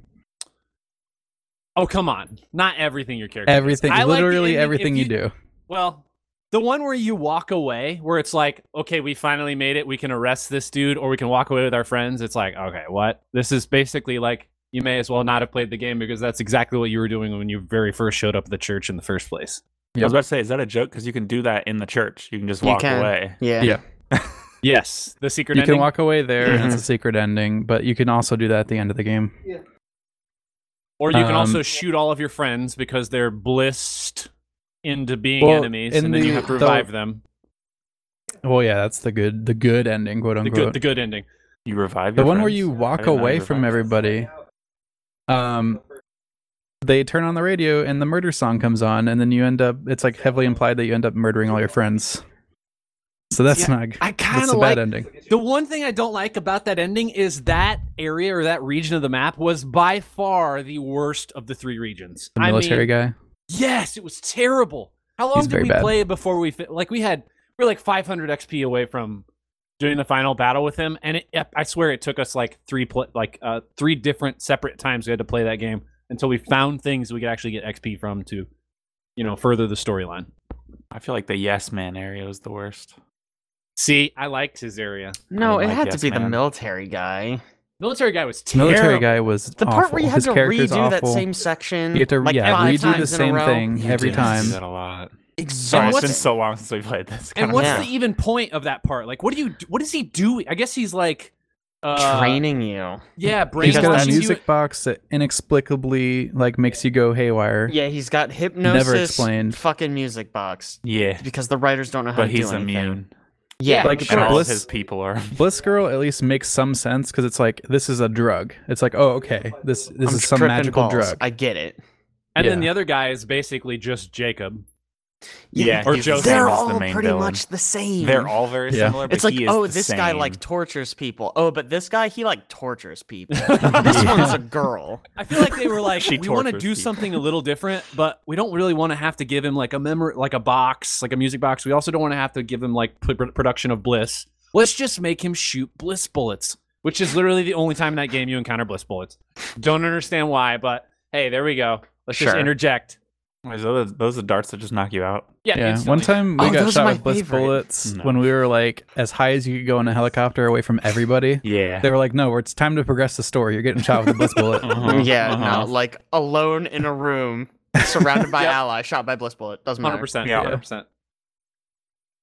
Speaker 2: oh, come on. Not everything your character does.
Speaker 4: Everything,
Speaker 2: I like the ending
Speaker 4: literally
Speaker 2: if
Speaker 4: everything you, do.
Speaker 2: Well, the one where you walk away, where it's like, okay, we finally made it. We can arrest this dude, or we can walk away with our friends. It's like, okay, what? This is basically like you may as well not have played the game because that's exactly what you were doing when you very first showed up at the church in the first place.
Speaker 3: I was about to say, is that a joke? Because you can do that in the church. You can just
Speaker 1: You
Speaker 3: walk
Speaker 1: can.
Speaker 3: away.
Speaker 1: Yeah.
Speaker 4: Yeah.
Speaker 2: Yes, the secret.
Speaker 4: You
Speaker 2: ending?
Speaker 4: can walk away there, and
Speaker 1: Mhm.
Speaker 4: it's a secret ending. But you can also do that at the end of the game.
Speaker 2: or you can
Speaker 4: um,
Speaker 2: also shoot all of your friends because they're blissed into being
Speaker 4: Well,
Speaker 2: enemies,
Speaker 4: in
Speaker 2: and then you
Speaker 4: the-
Speaker 2: have to
Speaker 4: the-
Speaker 2: revive them.
Speaker 4: Well, yeah, that's the good, the good ending, quote
Speaker 2: The
Speaker 4: unquote.
Speaker 2: good, the good ending.
Speaker 3: You revive
Speaker 4: the
Speaker 3: your
Speaker 4: one where
Speaker 3: friends?
Speaker 4: you
Speaker 3: I
Speaker 4: walk
Speaker 3: didn't know
Speaker 4: away
Speaker 3: you
Speaker 4: from
Speaker 3: revived.
Speaker 4: everybody um they turn on the radio and the murder song comes on and then you end up it's like heavily implied that you end up murdering all your friends so that's
Speaker 2: Yeah,
Speaker 4: not g-
Speaker 2: I
Speaker 4: that's
Speaker 2: kind
Speaker 4: a
Speaker 2: of like
Speaker 4: bad ending
Speaker 2: The one thing I don't like about that ending is that area or that region of the map was by far the worst of the three regions.
Speaker 4: the military
Speaker 2: I mean,
Speaker 4: guy
Speaker 2: yes, it was terrible. How long
Speaker 4: He's
Speaker 2: did
Speaker 4: very
Speaker 2: we
Speaker 4: bad.
Speaker 2: play before we fi- like we had we are like 500 XP away from doing the final battle with him, and it, yep, I swear it took us like three pl- like uh, three different separate times we had to play that game until we found things we could actually get XP from to you know further the storyline.
Speaker 3: I feel like the yes man area was the worst.
Speaker 2: See, I liked his area.
Speaker 1: No,
Speaker 3: I
Speaker 1: it
Speaker 3: like
Speaker 1: had to
Speaker 3: Yes
Speaker 1: be the
Speaker 3: Man.
Speaker 1: military guy.
Speaker 2: Military guy was terrible.
Speaker 4: Military guy was
Speaker 1: The
Speaker 4: awful.
Speaker 1: part where you had
Speaker 4: His
Speaker 1: to
Speaker 4: character's
Speaker 1: redo that
Speaker 4: awful.
Speaker 1: same section,
Speaker 4: You have to
Speaker 1: like
Speaker 4: yeah,
Speaker 1: five
Speaker 4: redo the
Speaker 1: times in a
Speaker 4: same
Speaker 1: row.
Speaker 4: thing every
Speaker 3: Dude, I
Speaker 4: time.
Speaker 3: see that a lot. Sorry,
Speaker 1: Exhausting.
Speaker 3: it's been
Speaker 2: what's-
Speaker 3: so long since we played this.
Speaker 2: And
Speaker 3: kinda
Speaker 2: what's
Speaker 1: Yeah.
Speaker 2: the even point of that part? Like, what do you? do- What is he doing? I guess he's like uh,
Speaker 1: training you.
Speaker 2: Yeah, brain
Speaker 4: He's got
Speaker 2: that's
Speaker 4: a music box that inexplicably like makes you go haywire.
Speaker 1: Yeah, he's got hypnosis.
Speaker 4: explained.
Speaker 1: Fucking music box
Speaker 3: yeah,
Speaker 1: because the writers don't know how
Speaker 3: but
Speaker 1: to
Speaker 3: he's
Speaker 1: do anything.
Speaker 3: immune,
Speaker 1: Yeah,
Speaker 4: Like,
Speaker 1: sure.
Speaker 3: and all of
Speaker 4: Bliss-
Speaker 3: his people are.
Speaker 4: Bliss Girl at least makes some sense because it's like this is a drug. It's like oh okay, this this
Speaker 1: I'm
Speaker 4: is some
Speaker 1: tripping
Speaker 4: magical
Speaker 1: balls.
Speaker 4: drug.
Speaker 1: I get it.
Speaker 2: And then
Speaker 4: Yeah.
Speaker 2: the other guy is basically just Jacob.
Speaker 3: Yeah,
Speaker 2: Or
Speaker 3: he's
Speaker 2: Joseph
Speaker 3: the same
Speaker 1: They're
Speaker 3: as
Speaker 1: all
Speaker 3: the main
Speaker 1: pretty
Speaker 3: villain.
Speaker 1: much the same.
Speaker 3: They're all very
Speaker 4: Yeah.
Speaker 3: similar. But
Speaker 1: It's like,
Speaker 3: he is
Speaker 1: oh,
Speaker 3: the
Speaker 1: this guy
Speaker 3: same.
Speaker 1: like tortures people. Oh, but this guy he like tortures people. this one's a girl.
Speaker 2: I feel like they were like,
Speaker 3: She
Speaker 2: we want to
Speaker 3: tortures
Speaker 2: do
Speaker 3: people.
Speaker 2: something a little different, but we don't really want to have to give him like a memory, like a box, like a music box. We also don't want to have to give him like pr- production of bliss. Let's just make him shoot bliss bullets, which is literally the only time in that game you encounter bliss bullets. Don't understand why, but hey, there we go. Let's just
Speaker 1: Sure.
Speaker 2: interject.
Speaker 3: Those are, the- those are darts that just knock you out.
Speaker 2: Yeah,
Speaker 4: yeah, one
Speaker 2: instantly.
Speaker 4: time we
Speaker 1: Oh,
Speaker 4: got
Speaker 1: those are
Speaker 4: shot
Speaker 1: my
Speaker 4: with bliss
Speaker 1: favorite.
Speaker 4: bullets
Speaker 3: No.
Speaker 4: when we were like as high as you could go in a helicopter away from everybody.
Speaker 3: Yeah.
Speaker 4: They were like, no, we're- it's time to progress the story. You're getting shot with a bliss bullet.
Speaker 1: yeah,
Speaker 3: uh-huh.
Speaker 1: no, like alone in a room, surrounded by
Speaker 2: Yep.
Speaker 1: allies, shot by bliss bullet. Doesn't
Speaker 2: Hundred
Speaker 1: matter.
Speaker 2: percent.
Speaker 3: Yeah.
Speaker 2: Hundred percent.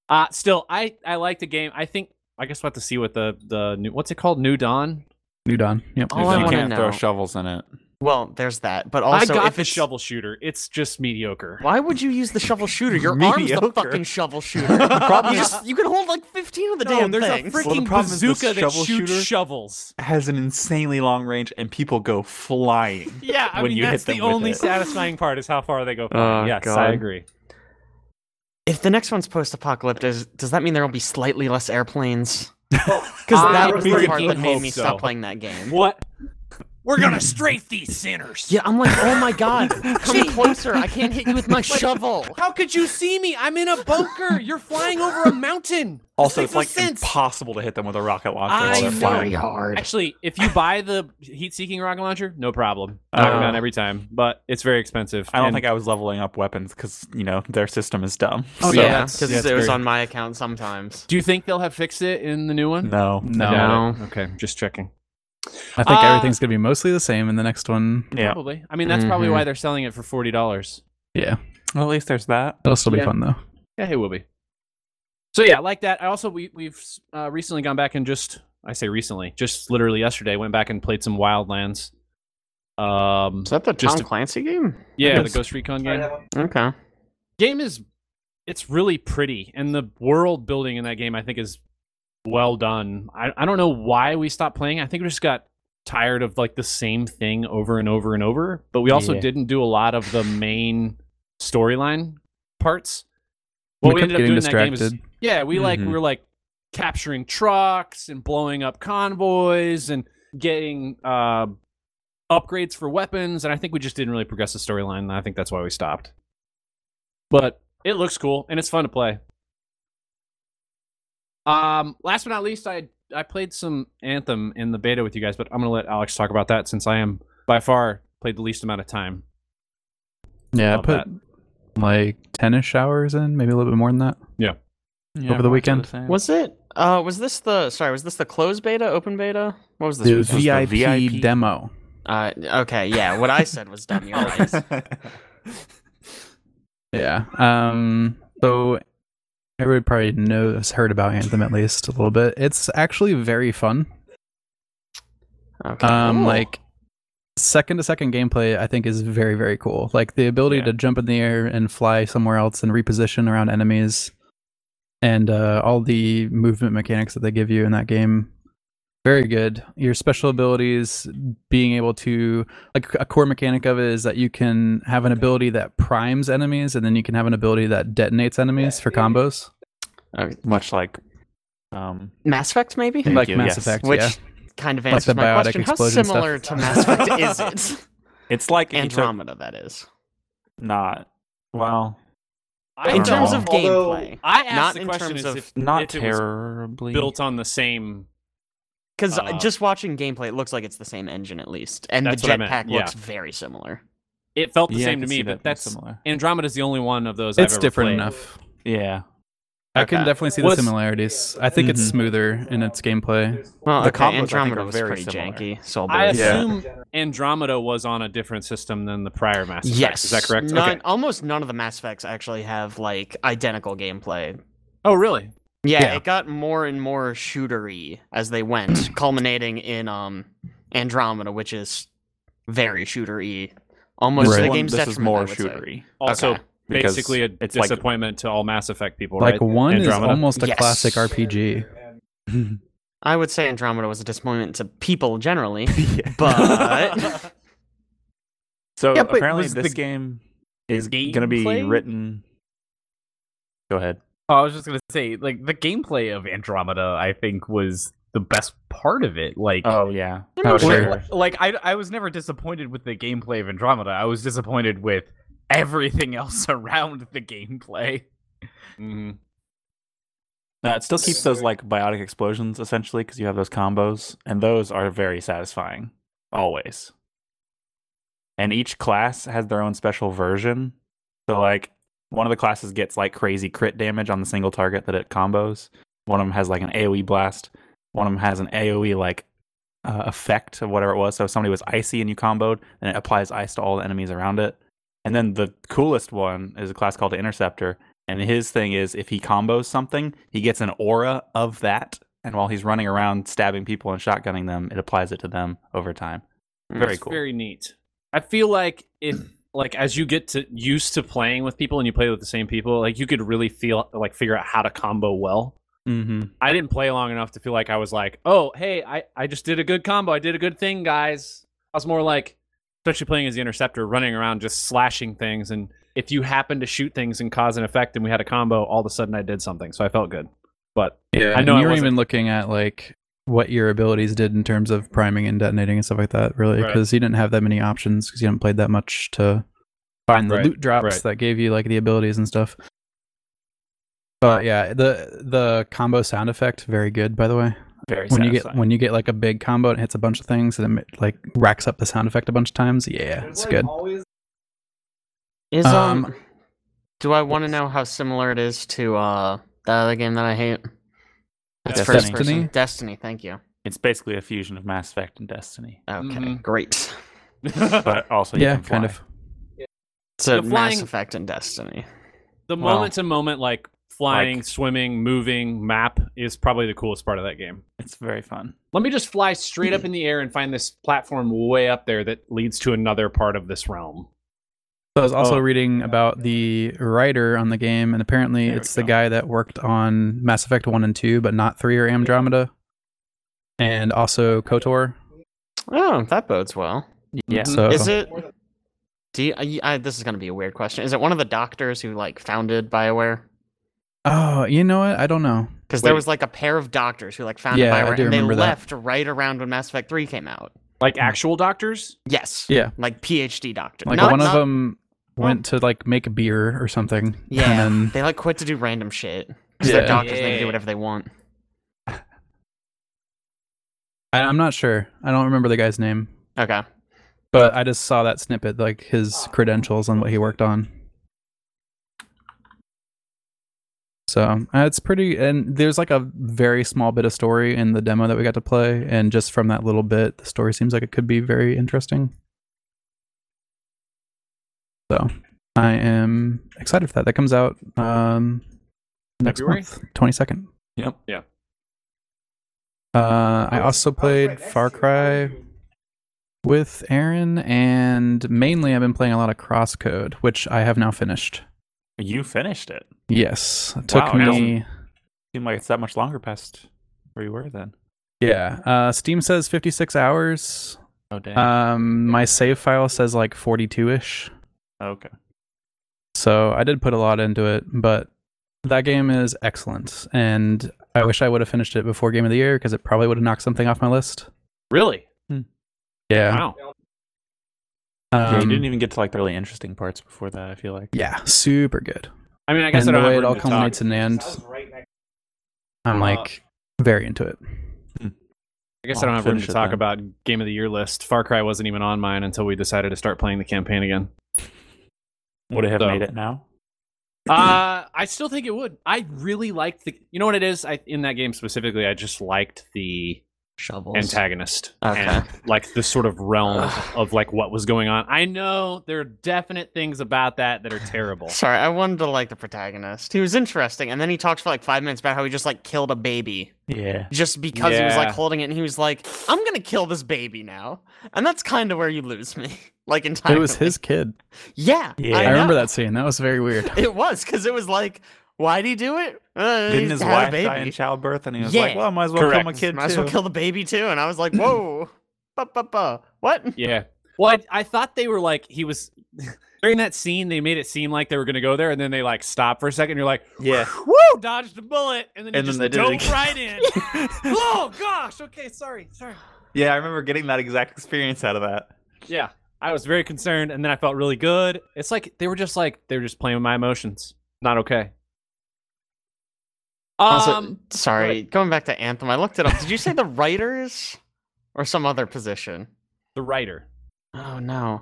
Speaker 2: Uh still, I I like the game. I think I guess we'll have to see what the the new what's it called? New Dawn.
Speaker 4: New Dawn. Yep.
Speaker 1: All I
Speaker 3: you
Speaker 1: wanna
Speaker 3: can't throw
Speaker 1: know-
Speaker 3: shovels in it.
Speaker 1: Well, there's that. But also,
Speaker 2: I got
Speaker 1: if
Speaker 2: the
Speaker 1: it's-
Speaker 2: shovel shooter. It's just mediocre.
Speaker 1: Why would you use the shovel shooter? Your arm's the
Speaker 3: Mediocre.
Speaker 1: fucking shovel shooter. Probably just you can hold like 15 of the
Speaker 2: No,
Speaker 1: damn
Speaker 2: there's
Speaker 1: things.
Speaker 2: a
Speaker 3: Well,
Speaker 2: freaking
Speaker 3: the problem is the
Speaker 2: bazooka that
Speaker 3: shovel
Speaker 2: shoots
Speaker 3: shooter-
Speaker 2: shovels.
Speaker 3: Has an insanely long range, and people go flying.
Speaker 2: Yeah, I
Speaker 3: When
Speaker 2: mean
Speaker 3: you hit
Speaker 2: that's the
Speaker 3: them with
Speaker 2: only
Speaker 3: it.
Speaker 2: satisfying part is how far they go.
Speaker 3: Oh,
Speaker 2: yes, I
Speaker 3: God.
Speaker 2: agree.
Speaker 1: if the next one's post-apocalyptic, does, does that mean there will be slightly less airplanes? Because
Speaker 2: I
Speaker 1: that was the
Speaker 2: freaking
Speaker 1: part that made
Speaker 2: hope
Speaker 1: me
Speaker 2: so.
Speaker 1: stop playing that game.
Speaker 2: What? We're gonna strafe these sinners.
Speaker 1: Yeah, I'm like, oh my god, come closer! I can't hit you with my shovel.
Speaker 2: How could you see me? I'm in a bunker. You're flying over a mountain. This
Speaker 3: Also,
Speaker 2: makes
Speaker 3: it's
Speaker 2: no
Speaker 3: like
Speaker 2: sense.
Speaker 3: impossible to hit them with a rocket launcher
Speaker 2: I
Speaker 3: while they're
Speaker 2: know.
Speaker 3: flying.
Speaker 1: hard.
Speaker 2: Actually, if you buy the heat-seeking rocket launcher, no problem.
Speaker 3: Oh.
Speaker 2: Knock it down every time, but it's very expensive.
Speaker 3: I don't
Speaker 2: and-
Speaker 3: think I was leveling up weapons because you know their system is dumb.
Speaker 1: Oh
Speaker 2: So
Speaker 1: yeah,
Speaker 2: that's-
Speaker 1: because
Speaker 2: yeah, it's
Speaker 1: it was
Speaker 2: very-
Speaker 1: on my account sometimes.
Speaker 2: Do you think they'll have fixed it in the new one?
Speaker 3: No.
Speaker 4: No.
Speaker 1: No.
Speaker 2: Okay, just checking.
Speaker 4: I think
Speaker 2: Uh,
Speaker 4: everything's going to be mostly the same in the next one.
Speaker 3: Yeah.
Speaker 2: Probably. I mean, that's probably
Speaker 1: Mhm.
Speaker 2: why they're selling it for forty dollars.
Speaker 4: Yeah.
Speaker 3: Well, at least there's that.
Speaker 4: It'll still be
Speaker 2: Yeah.
Speaker 4: fun though.
Speaker 2: Yeah, it will be. So yeah, I like that. I also we we've uh, recently gone back and just I say recently, just literally yesterday, went back and played some Wildlands. Um,
Speaker 1: Is that the
Speaker 2: Just
Speaker 1: Tom Clancy game?
Speaker 2: yeah, the
Speaker 4: Yes.
Speaker 2: Ghost Recon game.
Speaker 1: Okay.
Speaker 2: game is it's really pretty and the world building in that game i think is well done i, I don't know why we stopped playing i think we just got tired of like the same thing over and over and over but we also
Speaker 3: Yeah.
Speaker 2: didn't do a lot of the main storyline parts
Speaker 4: We
Speaker 2: what we,
Speaker 4: kept
Speaker 2: ended up
Speaker 4: getting
Speaker 2: doing in that
Speaker 4: distracted.
Speaker 2: game is yeah we like we
Speaker 3: Mhm.
Speaker 2: were like capturing trucks and blowing up convoys and getting uh upgrades for weapons, and I think we just didn't really progress the storyline, and I think that's why we stopped. But it looks cool and it's fun to play. Um, last but not least, I I played some Anthem in the beta with you guys, but I'm gonna let Alex talk about that since I am by far played the least amount of time.
Speaker 4: Yeah, I
Speaker 2: Love
Speaker 4: put like 10 ish hours in, maybe a little bit more than that. Over the weekend.
Speaker 1: Was it? Uh, was this the? Sorry, was this the closed beta, open beta? What was this?
Speaker 4: The
Speaker 1: was this
Speaker 4: VIP,
Speaker 3: VIP?
Speaker 4: demo.
Speaker 1: Uh, okay, yeah. What I said was dumb. You're right.
Speaker 4: Yeah. Um. So everybody probably knows, heard about Anthem at least a little bit. It's actually very fun.
Speaker 1: Okay.
Speaker 4: Um.
Speaker 1: Ooh.
Speaker 4: Like second to second gameplay, I think is very very cool. Like the ability
Speaker 3: Yeah.
Speaker 4: to jump in the air and fly somewhere else and reposition around enemies, and uh, all the movement mechanics that they give you in that game. Very good. Your special abilities, being able to like a core mechanic of it is that you can have an ability that primes enemies and then you can have an ability that detonates enemies for combos
Speaker 3: much like um
Speaker 1: Mass Effect, maybe.
Speaker 3: Thank
Speaker 4: like
Speaker 3: you,
Speaker 4: mass
Speaker 3: yes.
Speaker 4: effect
Speaker 1: Which
Speaker 4: yeah
Speaker 1: kind of
Speaker 4: Like
Speaker 1: answers
Speaker 4: the
Speaker 1: my
Speaker 4: biotic
Speaker 1: question. How
Speaker 4: explosion stuff.
Speaker 1: similar to Mass Effect is it?
Speaker 3: it's like if you took-
Speaker 1: Andromeda, that is.
Speaker 3: not well
Speaker 2: I
Speaker 1: in
Speaker 3: don't
Speaker 1: terms
Speaker 3: know.
Speaker 1: of
Speaker 5: Although-
Speaker 1: gameplay,
Speaker 2: I asked
Speaker 1: not
Speaker 2: the
Speaker 1: in
Speaker 2: question
Speaker 1: terms
Speaker 2: is
Speaker 1: of-
Speaker 2: if
Speaker 3: not
Speaker 2: if it was
Speaker 3: terribly
Speaker 2: built on the same.
Speaker 1: because
Speaker 2: Uh,
Speaker 1: just watching gameplay, it looks like it's the same engine at least, and the
Speaker 2: That's what I meant,
Speaker 1: jetpack
Speaker 2: yeah.
Speaker 1: looks very similar.
Speaker 2: It felt the
Speaker 3: Yeah, I
Speaker 2: same to
Speaker 3: can
Speaker 2: me,
Speaker 3: see
Speaker 2: but
Speaker 3: that being
Speaker 2: that's
Speaker 3: similar
Speaker 2: Andromeda's the only one of those. I've
Speaker 4: it's
Speaker 2: ever
Speaker 4: different
Speaker 2: played.
Speaker 4: enough
Speaker 3: yeah
Speaker 4: I can
Speaker 3: Okay.
Speaker 4: definitely see the
Speaker 3: What's-
Speaker 4: similarities. I think it's
Speaker 3: Mhm.
Speaker 4: smoother in its gameplay.
Speaker 1: Well,
Speaker 3: The
Speaker 1: okay,
Speaker 3: combos, I think,
Speaker 1: Andromeda
Speaker 3: are
Speaker 1: was
Speaker 3: very
Speaker 1: pretty
Speaker 3: similar.
Speaker 1: janky, so I'll
Speaker 2: I
Speaker 1: believe it.
Speaker 3: Yeah.
Speaker 2: assume Andromeda was on a different system than the prior Mass Effect.
Speaker 1: Yes,
Speaker 2: Is that correct?
Speaker 1: None,
Speaker 2: Okay.
Speaker 1: Almost none of the Mass Effects actually have like identical gameplay.
Speaker 2: Oh, really?
Speaker 1: Yeah,
Speaker 4: Yeah.
Speaker 1: it got more and more shootery as they went, culminating in um Andromeda, which is very shootery, almost to
Speaker 4: Right.
Speaker 1: the
Speaker 3: One-
Speaker 1: game's
Speaker 3: this is
Speaker 1: detriment.
Speaker 3: more
Speaker 1: I would say.
Speaker 3: shootery.
Speaker 2: Also,
Speaker 1: Okay.
Speaker 3: Because
Speaker 2: basically a
Speaker 3: it's like-
Speaker 2: disappointment to all Mass Effect people,
Speaker 4: Like
Speaker 2: right?
Speaker 4: one
Speaker 2: Andromeda.
Speaker 4: is almost a
Speaker 1: Yes.
Speaker 4: classic RPG.
Speaker 1: I would say Andromeda was a disappointment to people generally, but
Speaker 3: So
Speaker 5: Yeah, but
Speaker 3: apparently
Speaker 5: was
Speaker 3: this
Speaker 5: the
Speaker 3: game is going to be
Speaker 5: gameplay-
Speaker 3: written. Go ahead.
Speaker 5: Oh, I was just gonna say, like the gameplay of Andromeda, I think was the best part of it. Like,
Speaker 3: Oh yeah.
Speaker 4: Oh,
Speaker 5: Well,
Speaker 4: sure.
Speaker 5: li- Like I, I was never disappointed with the gameplay of Andromeda. I was disappointed with everything else around the gameplay.
Speaker 2: Mhm.
Speaker 3: No, it still keeps those like biotic explosions essentially because you have those combos, and those are very satisfying always. And each class has their own special version. So like one of the classes gets like crazy crit damage on the single target that it combos. One of them has like an AOE blast. One of them has an AOE like uh, effect of whatever it was. So if somebody was icy and you comboed, then it applies ice to all the enemies around it. And then the coolest one is a class called Interceptor, and his thing is if he combos something, he gets an aura of that. And while he's running around stabbing people and shotgunning them, it applies it to them over time. Very
Speaker 2: Mm, That's
Speaker 3: cool.
Speaker 2: Very neat. I feel like if like as you get to used to playing with people and you play with the same people, like you could really feel like figure out how to combo well.
Speaker 3: Mm-hmm.
Speaker 2: I didn't play long enough to feel like I was like, oh, hey, I, I just did a good combo. I did a good thing, guys. I was more like, especially playing as the interceptor, running around just slashing things. And if you happen to shoot things and cause an effect and we had a combo, all of a sudden I did something. So I felt good. But
Speaker 4: Yeah,
Speaker 2: I know I
Speaker 4: You were
Speaker 2: wasn't-
Speaker 4: even looking at like what your abilities did in terms of priming and detonating and stuff like that, really,
Speaker 2: Right.
Speaker 4: because you didn't have that many options because you didn't play that much to find the
Speaker 2: Right,
Speaker 4: loot drops
Speaker 2: right.
Speaker 4: that gave you like the abilities and stuff. But yeah, the the combo sound effect very good by the way.
Speaker 3: Very
Speaker 4: When you get
Speaker 3: satisfying.
Speaker 4: when you get like a big combo and it hits a bunch of things and it like racks up the sound effect a bunch of times, yeah, it's good.
Speaker 1: is um,
Speaker 4: Um,
Speaker 1: do I want to know how similar it is to uh the other game that I hate? That's
Speaker 3: Destiny.
Speaker 1: first person.
Speaker 4: Destiny?
Speaker 1: Destiny. Thank you.
Speaker 3: it's basically a fusion of Mass Effect and Destiny,
Speaker 1: Okay,
Speaker 2: Mhm.
Speaker 1: great.
Speaker 3: but also you
Speaker 4: yeah,
Speaker 3: can
Speaker 4: kind
Speaker 3: fly.
Speaker 4: of.
Speaker 1: So
Speaker 2: The
Speaker 1: Mass
Speaker 2: flying-
Speaker 1: Effect and Destiny.
Speaker 2: the
Speaker 3: Well,
Speaker 2: moment to moment, like flying,
Speaker 3: like-
Speaker 2: swimming, moving, map is probably the coolest part of that game.
Speaker 3: It's very fun.
Speaker 2: Let me just fly straight up in the air and find this platform way up there that leads to another part of this realm.
Speaker 4: So I was also
Speaker 3: Oh.
Speaker 4: reading about the writer on the game, and apparently
Speaker 3: There we
Speaker 4: it's the
Speaker 3: go.
Speaker 4: guy that worked on Mass Effect One and Two, but not Three or Andromeda, and also Kotor.
Speaker 1: Oh, that bodes well.
Speaker 3: Yeah.
Speaker 4: So
Speaker 1: Is it? Do you, I, I, this is going to be a weird question. Is it one of the doctors who like founded Bioware?
Speaker 4: oh, you know what? I don't know.
Speaker 1: Because there
Speaker 2: Wait.
Speaker 1: was like a pair of doctors who like founded
Speaker 4: Yeah, I
Speaker 1: Bioware,
Speaker 4: do
Speaker 1: and they
Speaker 4: remember that.
Speaker 1: left right around when Mass Effect Three came out.
Speaker 2: Like actual doctors?
Speaker 1: Yes.
Speaker 4: Yeah.
Speaker 1: Like PhD doctors.
Speaker 4: Like
Speaker 1: Not-
Speaker 4: one of
Speaker 1: not-
Speaker 4: them went to like make beer or something.
Speaker 1: Yeah.
Speaker 4: And then,
Speaker 1: They like quit to do random shit. 'Cause
Speaker 4: Yeah.
Speaker 1: they're doctors, and they can
Speaker 5: Yeah.
Speaker 1: do whatever they want.
Speaker 4: I, I'm not sure. I don't remember the guy's name,
Speaker 1: Okay.
Speaker 4: but I just saw that snippet, like his credentials and what he worked on. So uh, it's pretty, and there's like a very small bit of story in the demo that we got to play, and just from that little bit, the story seems like it could be very interesting. So I am excited for that. That comes out um, next
Speaker 2: February?
Speaker 4: month, twenty second.
Speaker 3: Yep.
Speaker 2: Yeah.
Speaker 4: Uh, I also played Far Cry with Aaron, and mainly I've been playing a lot of Crosscode, which I have now finished.
Speaker 3: You finished it.
Speaker 4: Yes, it took
Speaker 3: Wow,
Speaker 4: me.
Speaker 3: Seemed like it's that much longer past where you were then.
Speaker 4: Yeah, uh, Steam says 56 hours.
Speaker 3: Oh damn.
Speaker 4: Um, my save file says like 42 ish.
Speaker 3: okay.
Speaker 4: So I did put a lot into it, but that game is excellent, and I wish I would have finished it before Game of the Year because it probably would have knocked something off my list.
Speaker 2: Really?
Speaker 4: Yeah.
Speaker 2: Wow.
Speaker 4: Um,
Speaker 3: yeah, you didn't even get to like the really interesting parts before that. I feel like.
Speaker 4: yeah, super good.
Speaker 2: I mean, I guess I don't
Speaker 4: and the
Speaker 2: have
Speaker 4: way it
Speaker 2: room
Speaker 4: all
Speaker 2: to
Speaker 4: culminates
Speaker 2: talk. Uh,
Speaker 4: in the end, I'm like very into it.
Speaker 2: I guess I don't
Speaker 3: I'll
Speaker 2: have room to
Speaker 3: finish it
Speaker 2: talk
Speaker 3: then.
Speaker 2: about game of the year list. Far Cry wasn't even on mine until we decided to start playing the campaign again.
Speaker 3: Would it have
Speaker 2: So-
Speaker 3: made it now?
Speaker 2: Uh, I still think it would. I really liked the. You know what it is? I in that game specifically, I just liked the
Speaker 1: Shovels.
Speaker 2: antagonist
Speaker 1: Okay.
Speaker 2: and like the sort of realm of like what was going on. I know there are definite things about that that are terrible.
Speaker 1: Sorry, I wanted to like the protagonist. He was interesting, and then he talks for like five minutes about how he just like killed a baby
Speaker 3: Yeah.
Speaker 1: just because he was like
Speaker 2: Yeah.
Speaker 1: holding it, and he was like, "I'm gonna kill this baby now," and that's kind of where you lose me, like entirely.
Speaker 4: It was his kid.
Speaker 1: Yeah,
Speaker 3: Yeah. I
Speaker 4: I remember
Speaker 1: know.
Speaker 4: that scene. That was very weird.
Speaker 1: It was because it was like, why'd he do it? Uh, he
Speaker 3: Didn't his
Speaker 1: had a
Speaker 3: wife
Speaker 1: baby.
Speaker 3: die in childbirth? And he was
Speaker 1: Yeah.
Speaker 3: like, "Well, I might as well kill my
Speaker 2: Correct.
Speaker 3: kid
Speaker 1: Might as
Speaker 3: too."
Speaker 1: well kill the baby too. And I was like, whoa, ba, ba, ba. what?
Speaker 2: Yeah. Well, I, I thought they were like he was during that scene. They made it seem like they were going to go there, and then they like stop for a second. And you're like,
Speaker 3: yeah.
Speaker 2: "Woo, dodged a bullet," and then you
Speaker 3: And then
Speaker 2: just
Speaker 3: they did it
Speaker 2: dove
Speaker 3: again.
Speaker 2: right in. oh gosh. Okay. Sorry. Sorry.
Speaker 3: Yeah, I remember getting that exact experience out of that.
Speaker 2: Yeah. I was very concerned, and then I felt really good. It's like they were just like they were just playing with my emotions. Not okay. Um.
Speaker 1: Also, sorry, going back to Anthem, I looked it up. Did you say the writers or some other position?
Speaker 2: the writer.
Speaker 1: Oh no.